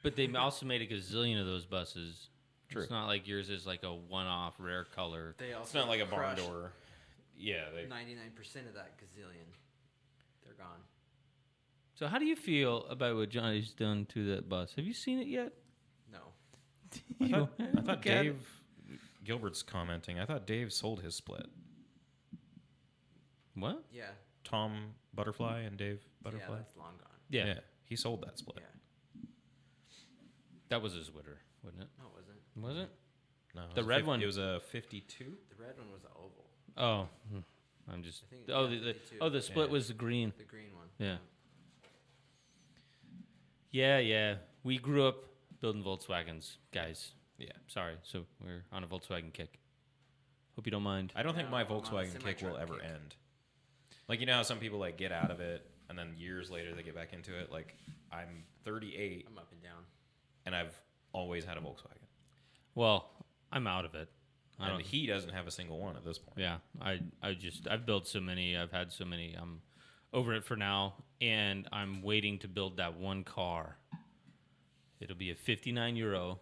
Speaker 1: but they also made a gazillion of those buses.
Speaker 2: True.
Speaker 1: It's not like yours is like a one-off rare color.
Speaker 4: They also
Speaker 2: It's not like a barn
Speaker 4: crushed
Speaker 2: door. Yeah, they.
Speaker 4: 99% of that gazillion. They're gone.
Speaker 1: So how do you feel about what Johnny's done to that bus? Have you seen it yet?
Speaker 4: No.
Speaker 2: I thought, I thought
Speaker 1: Look at it.
Speaker 2: Dave Gilbert's commenting. I thought Dave sold his split.
Speaker 1: What?
Speaker 4: Yeah.
Speaker 2: Tom Butterfly and Dave
Speaker 4: Yeah,
Speaker 2: Butterfly.
Speaker 4: that's long gone.
Speaker 1: Yeah,
Speaker 2: he sold that split.
Speaker 4: Yeah.
Speaker 1: that was his Witter, wasn't it?
Speaker 4: No, it wasn't.
Speaker 1: Was it?
Speaker 2: No, it
Speaker 1: The
Speaker 2: was a
Speaker 1: red
Speaker 2: fif-
Speaker 1: one.
Speaker 2: It was a fifty-two.
Speaker 4: The red one was the oval.
Speaker 1: Oh, hmm. I'm just.
Speaker 4: I think-
Speaker 1: Oh, the,
Speaker 4: yeah,
Speaker 1: the
Speaker 4: 52.
Speaker 1: oh the split
Speaker 2: Yeah.
Speaker 1: was the green.
Speaker 4: The green one.
Speaker 1: Yeah. Yeah, yeah. We grew up building Volkswagens, guys.
Speaker 2: Yeah.
Speaker 1: Sorry, so we're on a Volkswagen kick. Hope you don't mind.
Speaker 2: I don't think
Speaker 4: No,
Speaker 2: my
Speaker 4: I'm on a
Speaker 2: Volkswagen kick will
Speaker 4: semi-truck
Speaker 2: ever
Speaker 4: kick.
Speaker 2: end. Like you know how some people like get out of it and then years later they get back into it. Like I'm 38
Speaker 4: I'm up and down.
Speaker 2: and I've always had a Volkswagen,
Speaker 1: Well, I'm out of it. I
Speaker 2: and
Speaker 1: don't.
Speaker 2: he doesn't have a single one at this point.
Speaker 1: Yeah, I I just I've built so many. I've had so many. I'm over it for now, and I'm waiting to build that one car. It'll be a 59 euro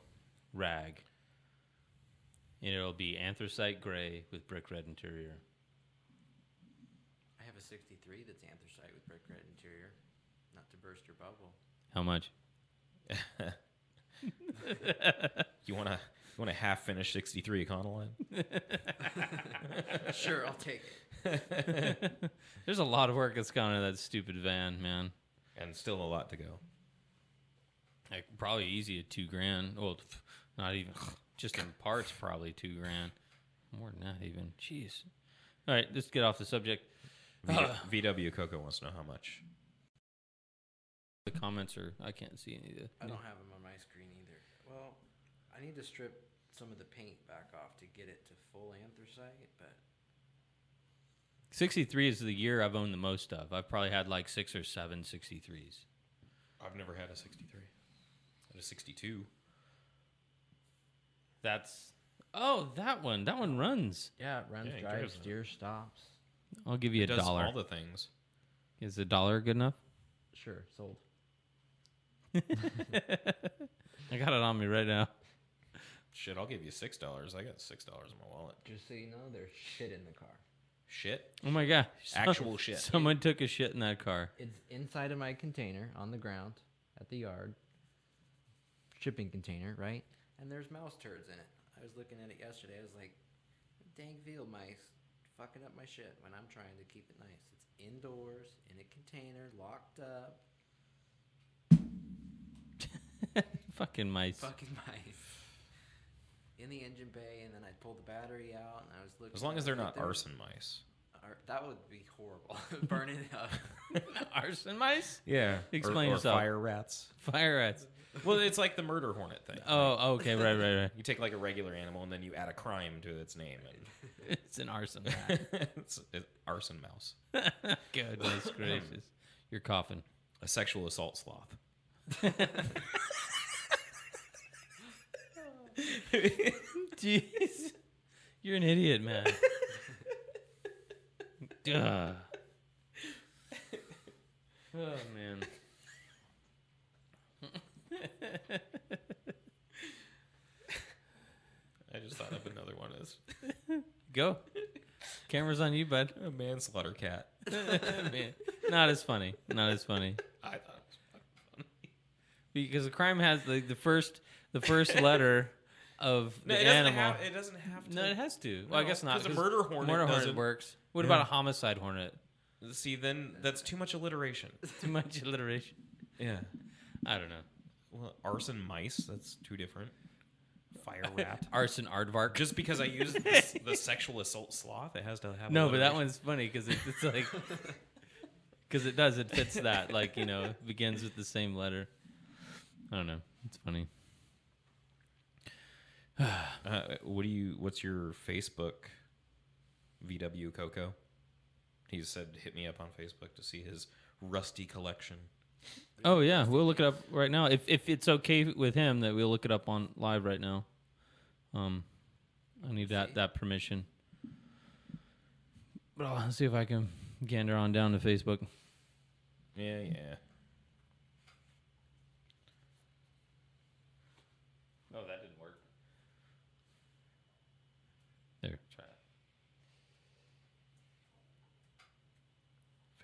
Speaker 1: rag, and it'll be anthracite gray with brick red interior.
Speaker 4: I have a 63 that's anthracite with brick red interior. Not to burst your bubble.
Speaker 1: How much?
Speaker 2: You wanna you wanna half finish 63 Econoline?
Speaker 4: sure, I'll take it.
Speaker 1: There's a lot of work that's gone into that stupid van, man.
Speaker 2: and still a lot to go.
Speaker 1: Like probably easy at two grand. Well, pff, not even just in parts, probably two grand. More than that, even. Jeez. All right, let's get off the subject.
Speaker 2: V-
Speaker 1: Ugh.
Speaker 2: VW Coco wants to know how much.
Speaker 1: The comments are. I can't see any of
Speaker 4: I
Speaker 1: the.
Speaker 4: don't have them on my screen either. Well, I need to strip some of the paint back off to get it to full anthracite, but
Speaker 1: 63 is the year I've owned the most of. I've probably had like six or seven 63s.
Speaker 2: I've never had a 63. Had a 62.
Speaker 1: That's. Oh, that one. That one runs.
Speaker 4: yeah, it runs,
Speaker 2: Yeah, it
Speaker 4: drives,
Speaker 2: drives it.
Speaker 4: steers, stops.
Speaker 1: I'll give you a
Speaker 2: It does
Speaker 1: dollar.
Speaker 2: all the things.
Speaker 1: is a dollar good enough?
Speaker 4: Sure, sold.
Speaker 1: I got it on me right now.
Speaker 2: Shit, I'll give you six dollars. I got six dollars in my wallet.
Speaker 4: Just so you know, there's shit in the car.
Speaker 2: Shit,
Speaker 1: Oh my gosh.
Speaker 2: actual shit.
Speaker 1: Someone took a shit in that car.
Speaker 4: It's inside of my container on the ground at the yard. Shipping container, right? And there's mouse turds in it. I was looking at it yesterday. I was like, dang field mice fucking up my shit when I'm trying to keep it nice. It's indoors, in a container, locked up.
Speaker 1: Fucking mice.
Speaker 4: Fucking mice. In the engine bay, and then I pulled the battery out, and I was looking.
Speaker 2: As long as they're not
Speaker 4: arson.
Speaker 2: arson mice.
Speaker 4: Ar- that would be horrible. Burn it up.
Speaker 1: Arson mice?
Speaker 2: Yeah.
Speaker 1: Explain
Speaker 2: or, or
Speaker 1: yourself.
Speaker 2: fire rats.
Speaker 1: Fire rats.
Speaker 2: Well, it's like the murder hornet thing.
Speaker 1: Oh, okay. Right, right, right.
Speaker 2: You take like a regular animal and then you add a crime to its name.
Speaker 1: It's an arson rat.
Speaker 2: And it's, it's arson mouse.
Speaker 1: Goodness gracious. You're coughing.
Speaker 2: A sexual assault sloth.
Speaker 1: Jeez. You're an idiot, man. Duh. Oh, man.
Speaker 2: I just thought of another one is
Speaker 1: Go. Camera's on you, bud.
Speaker 2: a manslaughter cat.
Speaker 1: Man, Not as funny. Not as funny.
Speaker 2: I thought it was
Speaker 1: Because the crime has like the first the first letter of the
Speaker 2: no, it doesn't
Speaker 1: animal.
Speaker 2: Have, it doesn't have to.
Speaker 1: no, it has to. Well, I
Speaker 2: No,
Speaker 1: guess not.
Speaker 2: 'cause a murder hornet
Speaker 1: Murder hornet
Speaker 2: doesn't-
Speaker 1: works. What
Speaker 2: Yeah.
Speaker 1: about a homicide hornet?
Speaker 2: See, then that's too much alliteration.
Speaker 1: Too much alliteration.
Speaker 2: Yeah.
Speaker 1: I don't know.
Speaker 2: Well, arson mice. That's too different. Fire rat.
Speaker 1: Arson aardvark.
Speaker 2: Just because I used this, the sexual assault sloth, it has to have.
Speaker 1: no, but that
Speaker 2: alliteration.
Speaker 1: one's funny because it, it's like because it does it fits that like you know begins with the same letter. I don't know. It's funny.
Speaker 2: Uh, what do you? What's your Facebook? VW Coco. He said, "Hit me up on Facebook to see his rusty collection."
Speaker 1: Oh yeah, we'll look it up right now. If if it's okay with him, that we'll look it up on live right now. Um, I need that
Speaker 4: See?
Speaker 1: that permission. But I'll see if I can gander on down to Facebook.
Speaker 2: Yeah, yeah. Oh, that didn't work.
Speaker 1: There.
Speaker 2: Try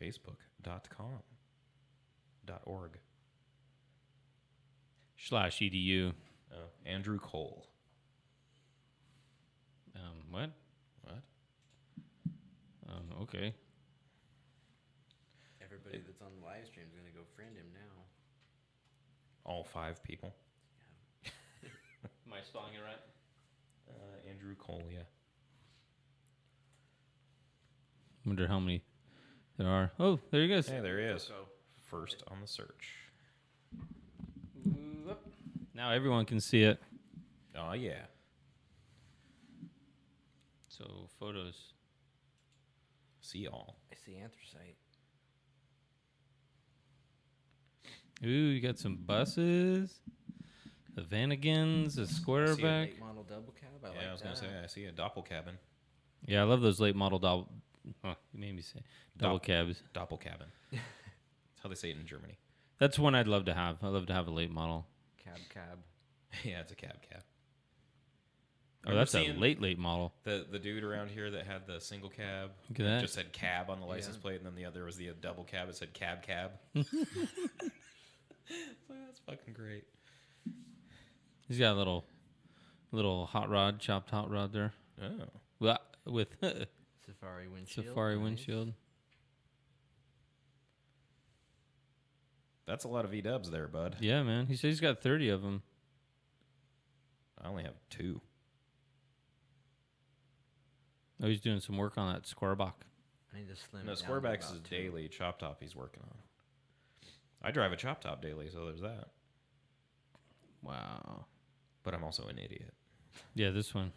Speaker 2: it. Facebook.com. Dot org.
Speaker 1: Slash E edu.
Speaker 2: Oh. Andrew Cole.
Speaker 1: Um, what?
Speaker 2: What?
Speaker 1: Um, okay.
Speaker 4: Everybody that's on the live stream is gonna go friend him now.
Speaker 2: All five people.
Speaker 1: Am I spelling it right?
Speaker 2: Uh, Andrew Cole, yeah.
Speaker 1: Wonder how many there are. Oh, there he goes.
Speaker 2: Hey, there he is.
Speaker 4: So
Speaker 2: First on the search.
Speaker 1: Now everyone can see it.
Speaker 2: Oh, yeah.
Speaker 1: So photos.
Speaker 2: See all.
Speaker 4: I see anthracite.
Speaker 1: Ooh, you got some buses, the Vanagons, a squareback.
Speaker 4: Late model double cab. I
Speaker 2: yeah,
Speaker 4: like
Speaker 2: I was
Speaker 4: that.
Speaker 2: going to say, I see a doppel cabin.
Speaker 1: Yeah, I love those late model double. Huh, you made me say double
Speaker 2: Doppel.
Speaker 1: cabs.
Speaker 2: Doppel cabin. That's how they say it in Germany.
Speaker 1: That's one I'd love to have. I'd love to have a late model.
Speaker 4: Cab cab.
Speaker 2: yeah, it's a cab cab.
Speaker 1: Oh,
Speaker 2: Remember
Speaker 1: that's a
Speaker 2: seeing
Speaker 1: late late model.
Speaker 2: The the dude around here that had the single cab
Speaker 1: Look at that.
Speaker 2: just said cab on the license
Speaker 4: Yeah.
Speaker 2: plate, and then the other was the uh, double cab. It said cab cab. It's like, that's fucking great.
Speaker 1: He's got a little, little hot rod, chopped hot rod there,
Speaker 2: Oh,
Speaker 1: Wha- with
Speaker 4: Safari windshield.
Speaker 1: safari
Speaker 4: nice.
Speaker 1: windshield.
Speaker 2: that's a lot of V dubs there, bud.
Speaker 1: Yeah, man. He said he's got thirty of them.
Speaker 2: I only have two.
Speaker 1: Oh, he's doing some work on that Squareback.
Speaker 4: I need to slim.
Speaker 2: No,
Speaker 4: it down to
Speaker 2: Squareback's
Speaker 4: about
Speaker 2: is
Speaker 4: two.
Speaker 2: daily chop top he's working on. I drive a chop top daily, so there's that.
Speaker 1: Wow.
Speaker 2: But I'm also an idiot.
Speaker 1: Yeah, this one.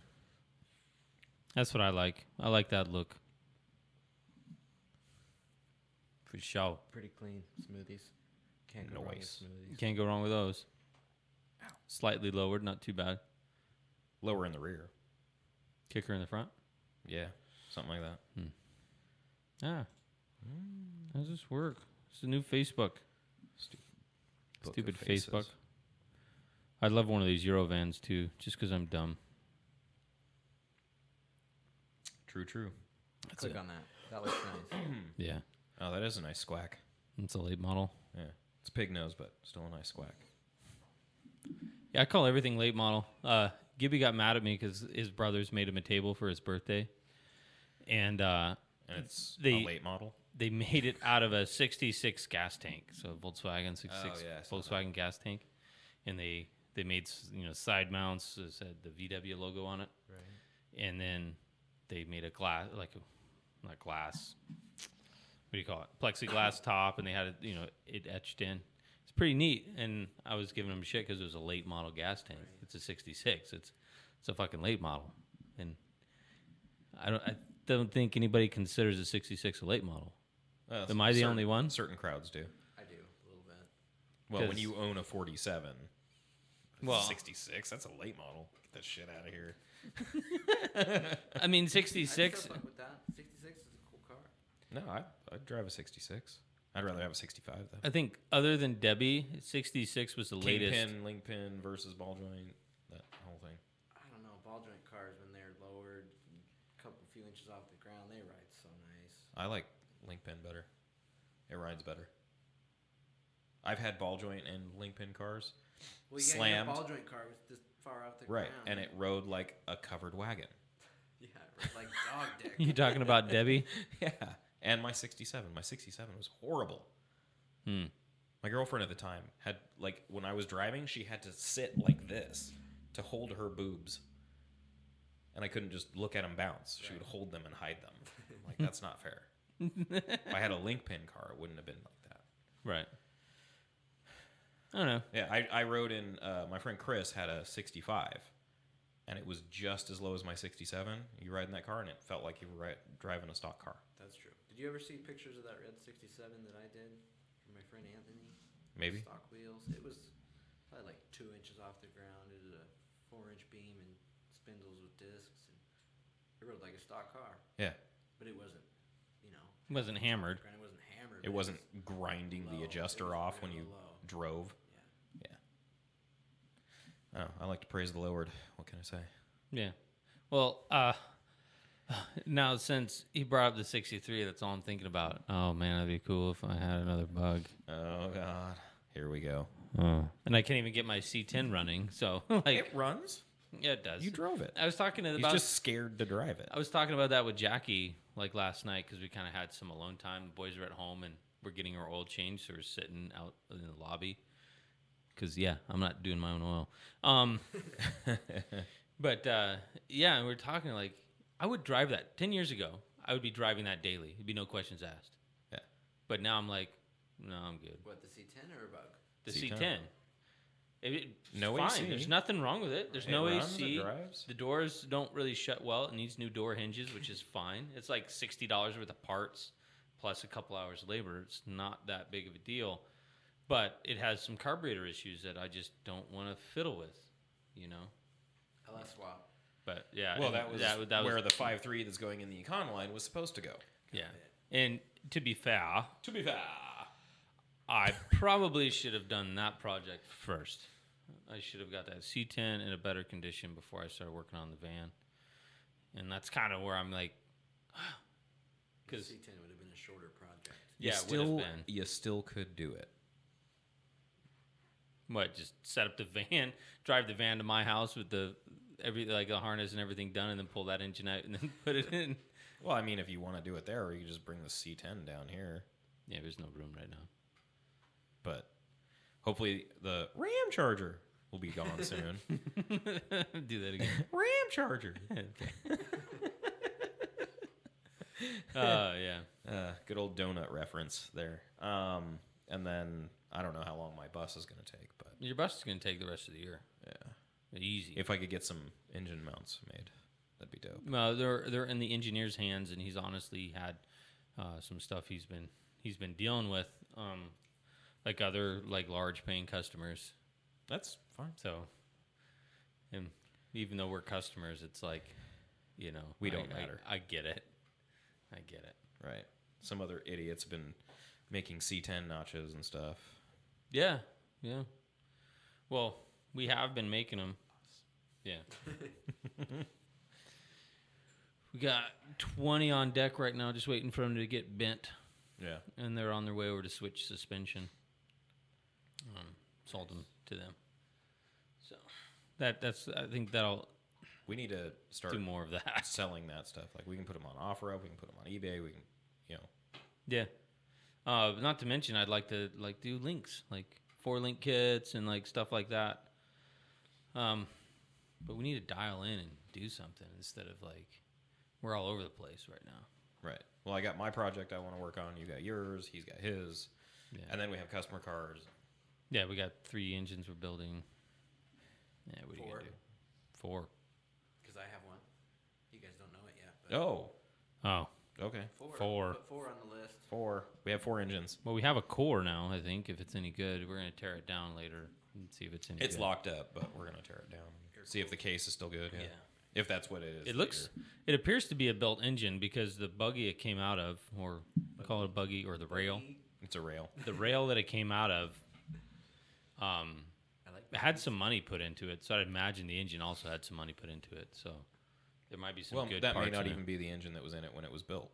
Speaker 1: That's what I like. I like that look. For sure.
Speaker 4: Pretty clean smoothies. Can't go wrong with
Speaker 2: Nice.
Speaker 4: smoothies.
Speaker 1: You can't go wrong with those. Slightly lowered, not too bad.
Speaker 2: Lower in the rear.
Speaker 1: Kicker in the front.
Speaker 2: Yeah, something like that.
Speaker 1: Yeah. How does this work? It's the new Facebook.
Speaker 2: Book
Speaker 1: Stupid
Speaker 2: of faces.
Speaker 1: Facebook. I'd love one of these Eurovans too, just because I'm dumb.
Speaker 2: True, true.
Speaker 4: Click on that. That looks nice.
Speaker 1: Yeah.
Speaker 2: Oh, that is a nice squack.
Speaker 1: It's a late model.
Speaker 2: Yeah, it's pig nose, but still a nice squack.
Speaker 1: Yeah, I call everything late model. Uh, Gibby got mad at me because his brothers made him a table for his birthday, and uh,
Speaker 2: And it's
Speaker 1: The-
Speaker 2: a late model.
Speaker 1: they made it out of a '66 gas tank, so Volkswagen '66
Speaker 2: Oh, yeah, I saw that.
Speaker 1: Volkswagen gas tank, and they they made s- you know side mounts that said the VW logo on it, and then they made a glass like a not glass, what do you call it? Plexiglass top, and they had it you know it etched in. It's pretty neat, and I was giving them shit because it was a late model gas tank. It's a '66. It's it's a fucking late model, and I don't I don't think anybody considers a '66 a late model.
Speaker 2: Uh,
Speaker 1: Am I the
Speaker 2: certain-
Speaker 1: only one?
Speaker 2: Certain crowds do.
Speaker 4: I do a little bit.
Speaker 2: Well, when
Speaker 1: 'Cause-
Speaker 2: you own a 47,
Speaker 1: Well-
Speaker 2: 66, that's a late model. Get that shit out of here.
Speaker 1: I mean,
Speaker 4: I
Speaker 1: '66.
Speaker 4: still fuck with that. 66 is a cool car.
Speaker 2: No, I, I'd drive a 66. I'd rather have a 65, though.
Speaker 1: I think other than Debbie, '66 was the latest.
Speaker 2: Kingpin, link pin versus ball joint, that whole thing.
Speaker 4: I don't know. Ball joint cars when they're lowered, a couple few inches off the ground, they ride so nice.
Speaker 2: I like link pin better. It rides better. I've had ball joint and link pin cars.
Speaker 4: Well, yeah,
Speaker 2: Slammed.
Speaker 4: your ball joint car was this far off the
Speaker 2: Right.
Speaker 4: ground.
Speaker 2: And it rode like a covered wagon.
Speaker 4: yeah, it was like dog dick.
Speaker 1: You talking about Debbie?
Speaker 2: Yeah. And my 67. My 67 was horrible.
Speaker 1: Hmm.
Speaker 2: My girlfriend at the time had, like, when I was driving, she had to sit like this to hold her boobs. And I couldn't just look at them bounce. She would hold them and hide them. I'm like, that's not fair. if I had a link pin car, it wouldn't have been like that.
Speaker 1: Right. I don't know.
Speaker 2: Yeah, I, I rode in. Uh, my friend Chris had a 65, and it was just as low as my 67. You ride in that car, and it felt like you were ri driving a stock car.
Speaker 4: That's true. Did you ever see pictures of that red 67 that I did from my friend Anthony?
Speaker 2: Maybe
Speaker 4: Stock wheels. It was probably like two inches off the ground. It had a four inch beam and spindles with discs. And it rode like a stock car,
Speaker 2: Yeah.
Speaker 4: but it wasn't, you know,
Speaker 1: Wasn't hammered.
Speaker 4: granted, it wasn't hammered. but
Speaker 2: It wasn't grinding
Speaker 4: low.
Speaker 2: the
Speaker 4: It
Speaker 2: adjuster
Speaker 4: was
Speaker 2: off when you
Speaker 4: real low.
Speaker 2: drove.
Speaker 4: Yeah.
Speaker 2: Oh, I like to praise the Lord. What can I say?
Speaker 1: Yeah. Well, uh, now since he brought up the 63, that's all I'm thinking about. Oh, man, that'd be cool if I had another bug.
Speaker 2: Oh God, here we go.
Speaker 1: Oh. And I can't even get my C10 running. So, like,
Speaker 2: runs.
Speaker 1: yeah, it does.
Speaker 2: You drove it.
Speaker 1: I was talking to
Speaker 2: He's
Speaker 1: about
Speaker 2: just scared to drive it.
Speaker 1: I was talking about that with Jackie like last night because we kind of had some alone time. The boys are at home and we're getting our oil changed, so we're sitting out in the lobby. Because yeah, I'm not doing my own oil. Um, but uh, yeah, and we we're talking like I would drive that ten years ago. I would be driving that daily. It'd be no questions asked.
Speaker 2: Yeah.
Speaker 1: But now I'm like, no, I'm good.
Speaker 4: What, the C10 or a bug?
Speaker 1: The
Speaker 2: C10.
Speaker 1: C10. It- it's
Speaker 2: No
Speaker 1: fine.
Speaker 2: AC.
Speaker 1: There's nothing wrong with it. There's
Speaker 2: It
Speaker 1: no
Speaker 2: runs,
Speaker 1: AC.
Speaker 2: It drives.
Speaker 1: The doors don't really shut well. It needs new door hinges, which is fine. It's like sixty dollars worth of parts plus a couple hours of labor. It's not that big of a deal, but it has some carburetor issues that I just don't want to fiddle with, you know.
Speaker 4: LS swap.
Speaker 1: But yeah,
Speaker 2: Well,
Speaker 1: and
Speaker 2: that was
Speaker 1: that, that
Speaker 2: where
Speaker 1: was
Speaker 2: the five three that's going in the econ line was supposed to go.
Speaker 1: yeah. And to be fair,
Speaker 2: To be fair.
Speaker 1: I probably should have done that project first. I should have got that C10 in a better condition before I started working on the van, and that's kind of where I'm like, because
Speaker 4: C10 would have been a shorter project.
Speaker 1: yeah,
Speaker 2: you
Speaker 1: it would
Speaker 2: still,
Speaker 1: have been.
Speaker 2: you still could do it.
Speaker 1: What? Just set up the van, drive the van to my house with the every like the harness and everything done, and then pull that engine out and then put it in.
Speaker 2: Well, I mean, if you want to do it there, or you could just bring the C10 down here.
Speaker 1: Yeah, there's no room right now.
Speaker 2: But hopefully, the Ram Charger will be gone soon.
Speaker 1: Do that again.
Speaker 2: Ram Charger.
Speaker 1: Uh, yeah.
Speaker 2: Uh, good old donut reference there. Um, and then I don't know how long my bus is going to take, but
Speaker 1: Your bus is going to take the rest of the year.
Speaker 2: yeah,
Speaker 1: Easy.
Speaker 2: if I could get some engine mounts made, that'd be dope.
Speaker 1: No, they're they're in the engineer's hands, and he's honestly had uh, some stuff he's been he's been dealing with, um, like other like large paying customers.
Speaker 2: That's fine.
Speaker 1: So, and even though we're customers, it's like, you know,
Speaker 2: We
Speaker 1: I-
Speaker 2: don't
Speaker 1: I-
Speaker 2: matter.
Speaker 1: I, get it. I get it.
Speaker 2: Right. Some other idiot's been making C10 nachos and stuff.
Speaker 1: Yeah, yeah. Well, we have been making them. Yeah. we got twenty on deck right now, just waiting for them to get bent.
Speaker 2: Yeah.
Speaker 1: and they're on their way over to switch suspension. Um, sold them to them. So that that's I think that'll
Speaker 2: We need to start
Speaker 1: do more of that.
Speaker 2: selling that stuff. Like we can put them on off road, we can put them on eBay, we can, you know,
Speaker 1: Yeah. Uh, not to mention, I'd like to like do links, like four link kits and like stuff like that. Um, but we need to dial in and do something instead of like we're all over the place right now.
Speaker 2: right. Well, I got my project I want to work on. You got yours. He's got his.
Speaker 1: Yeah.
Speaker 2: And then we have customer cars.
Speaker 1: Yeah, we got three engines we're building. Yeah, what are you
Speaker 4: Four.
Speaker 1: gonna do? Four.
Speaker 4: Because I have one. You guys don't know it yet. But
Speaker 2: Oh,
Speaker 1: Oh,
Speaker 2: okay.
Speaker 4: Four.
Speaker 1: Four.
Speaker 4: Put four on the list.
Speaker 2: Four. We have four engines.
Speaker 1: Well, we have a core now. I think if it's any good, we're gonna tear it down later and see if it's any.
Speaker 2: It's
Speaker 1: good.
Speaker 2: locked up, but we're gonna tear it down. See if the case is still good. Yeah.
Speaker 1: Yeah.
Speaker 2: If that's what it is.
Speaker 1: It looks. It appears to be a built engine because the buggy it came out of, or call it a buggy, or the rail,
Speaker 2: It's a rail.
Speaker 1: the rail that it came out of, um,
Speaker 4: I like
Speaker 1: it had some money put into it. So I'd imagine the engine also had some money put into it. So there might be some
Speaker 2: well,
Speaker 1: good
Speaker 2: that
Speaker 1: parts.
Speaker 2: may not
Speaker 1: in it.
Speaker 2: even be the engine that was in it when it was built.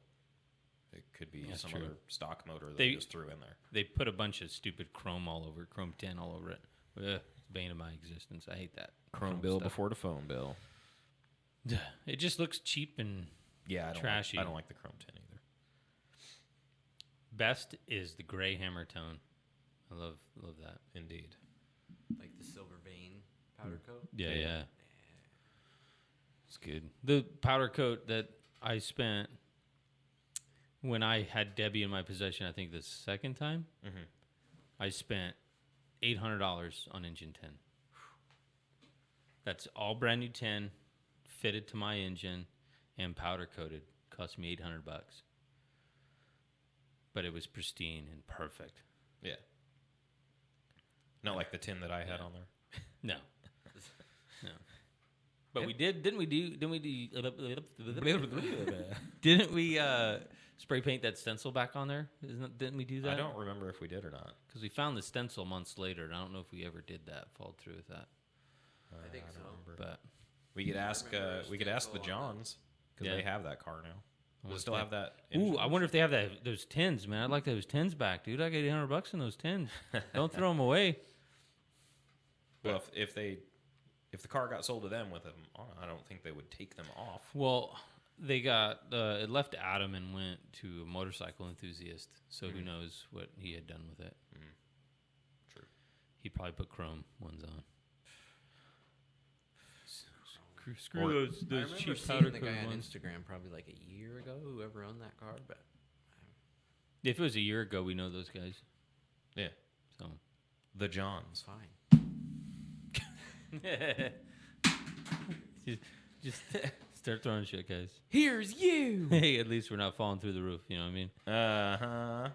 Speaker 2: It could be
Speaker 1: That's
Speaker 2: some
Speaker 1: true.
Speaker 2: other stock motor that
Speaker 1: They-
Speaker 2: they just threw in there.
Speaker 1: They put a bunch of stupid chrome all over, it, chrome ten all over it. Ugh, bane of my existence. I hate that. stuff.
Speaker 2: the phone bill.
Speaker 1: It just looks cheap and
Speaker 2: Yeah, I don't like-
Speaker 1: Trashy.
Speaker 2: I don't like the Chrome 10 either.
Speaker 1: Best is the gray hammer tone. I love love that.
Speaker 2: Indeed.
Speaker 4: like the silver vein
Speaker 2: Mm.
Speaker 4: powder coat.
Speaker 1: Yeah,
Speaker 2: Yeah.
Speaker 1: yeah. It's good. The powder coat that I spent when I had Debbie in my possession, I think the second time,
Speaker 2: Mhm.
Speaker 1: I spent eight hundred dollars on engine ten. That's all brand new tin, fitted to my engine, and powder coated. Cost me eight hundred bucks. But it was pristine and perfect.
Speaker 2: Yeah. Not like the tin that I had on there.
Speaker 1: No. No. But we did, didn't we do? Didn't we do? didn't we uh, spray paint that stencil back on there? Isn't that, didn't we do that?
Speaker 2: I don't remember if we did or not.
Speaker 1: because we found the stencil months later, and I don't know if we ever did that. Followed through with that,
Speaker 2: Uh,
Speaker 4: I think
Speaker 2: don't
Speaker 4: so.
Speaker 2: remember.
Speaker 1: but
Speaker 2: we could
Speaker 4: I
Speaker 2: ask.
Speaker 4: remember
Speaker 2: Uh,
Speaker 4: a
Speaker 2: we could ask
Speaker 4: stencil
Speaker 2: the
Speaker 4: on
Speaker 2: Johns because
Speaker 1: Yeah.
Speaker 2: they have that car now.
Speaker 1: I
Speaker 2: They
Speaker 1: wonder
Speaker 2: still
Speaker 1: if
Speaker 2: have that.
Speaker 1: they- Ooh,
Speaker 2: engine.
Speaker 1: I wonder if they have that those tins, man. I'd like those tins back, dude. I got eight hundred bucks in those tins. don't throw them away.
Speaker 2: Well, if, if they, if the car got sold to them with them on, I don't think they would take them off.
Speaker 1: Well, they got uh, it left Adam and went to a motorcycle enthusiast. So
Speaker 4: Mm-hmm.
Speaker 1: who knows what he had done with it?
Speaker 2: Mm. True.
Speaker 1: He probably put chrome ones on. Screw,
Speaker 2: Or-
Speaker 1: those those
Speaker 4: I remember
Speaker 1: cheap
Speaker 4: seeing
Speaker 1: powder
Speaker 4: the
Speaker 1: coat
Speaker 4: guy on
Speaker 1: ones.
Speaker 4: Instagram probably like a year ago. Whoever owned that car, but
Speaker 1: If it was a year ago, we know those guys.
Speaker 2: Yeah,
Speaker 1: So
Speaker 2: the
Speaker 4: it's
Speaker 2: Johns.
Speaker 4: fine.
Speaker 1: just, just start throwing shit, guys.
Speaker 4: Here's you.
Speaker 1: Hey, at least we're not falling through the roof. You know what I mean?
Speaker 2: Uh huh.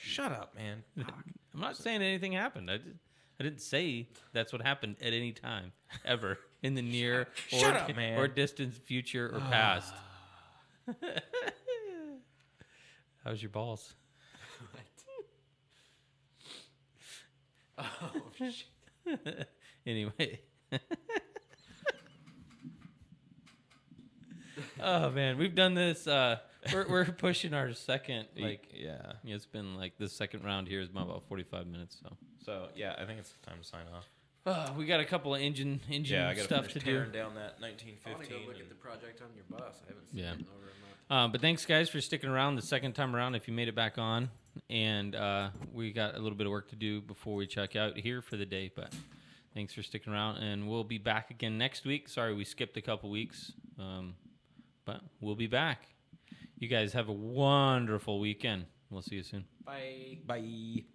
Speaker 2: Shut up, man.
Speaker 1: I'm not saying anything happened. I just, I didn't say that's what happened at any time ever in the near or,
Speaker 2: Shut up, man.
Speaker 1: or distant future or past. How's your balls?
Speaker 4: Oh shit.
Speaker 1: anyway. oh man, we've done this. Uh, we're we're pushing our second. Like
Speaker 2: yeah.
Speaker 1: yeah, it's been like the second round here is about forty five minutes. So
Speaker 2: So yeah, I think it's time to sign off.
Speaker 1: uh, we got a couple of engine engine
Speaker 2: Yeah, I got
Speaker 1: stuff to do.
Speaker 2: tearing down that
Speaker 4: I want to
Speaker 2: 1915.
Speaker 4: go look at the project on your bus. I haven't seen
Speaker 1: Yeah.
Speaker 4: it in over a month.
Speaker 1: Uh, but thanks, guys, for sticking around the second time around. If you made it back on, and uh, we got a little bit of work to do before we check out here for the day. But thanks for sticking around, and we'll be back again next week. Sorry we skipped a couple weeks, um, but we'll be back. You guys have a wonderful weekend. We'll see you soon.
Speaker 4: Bye.
Speaker 5: Bye.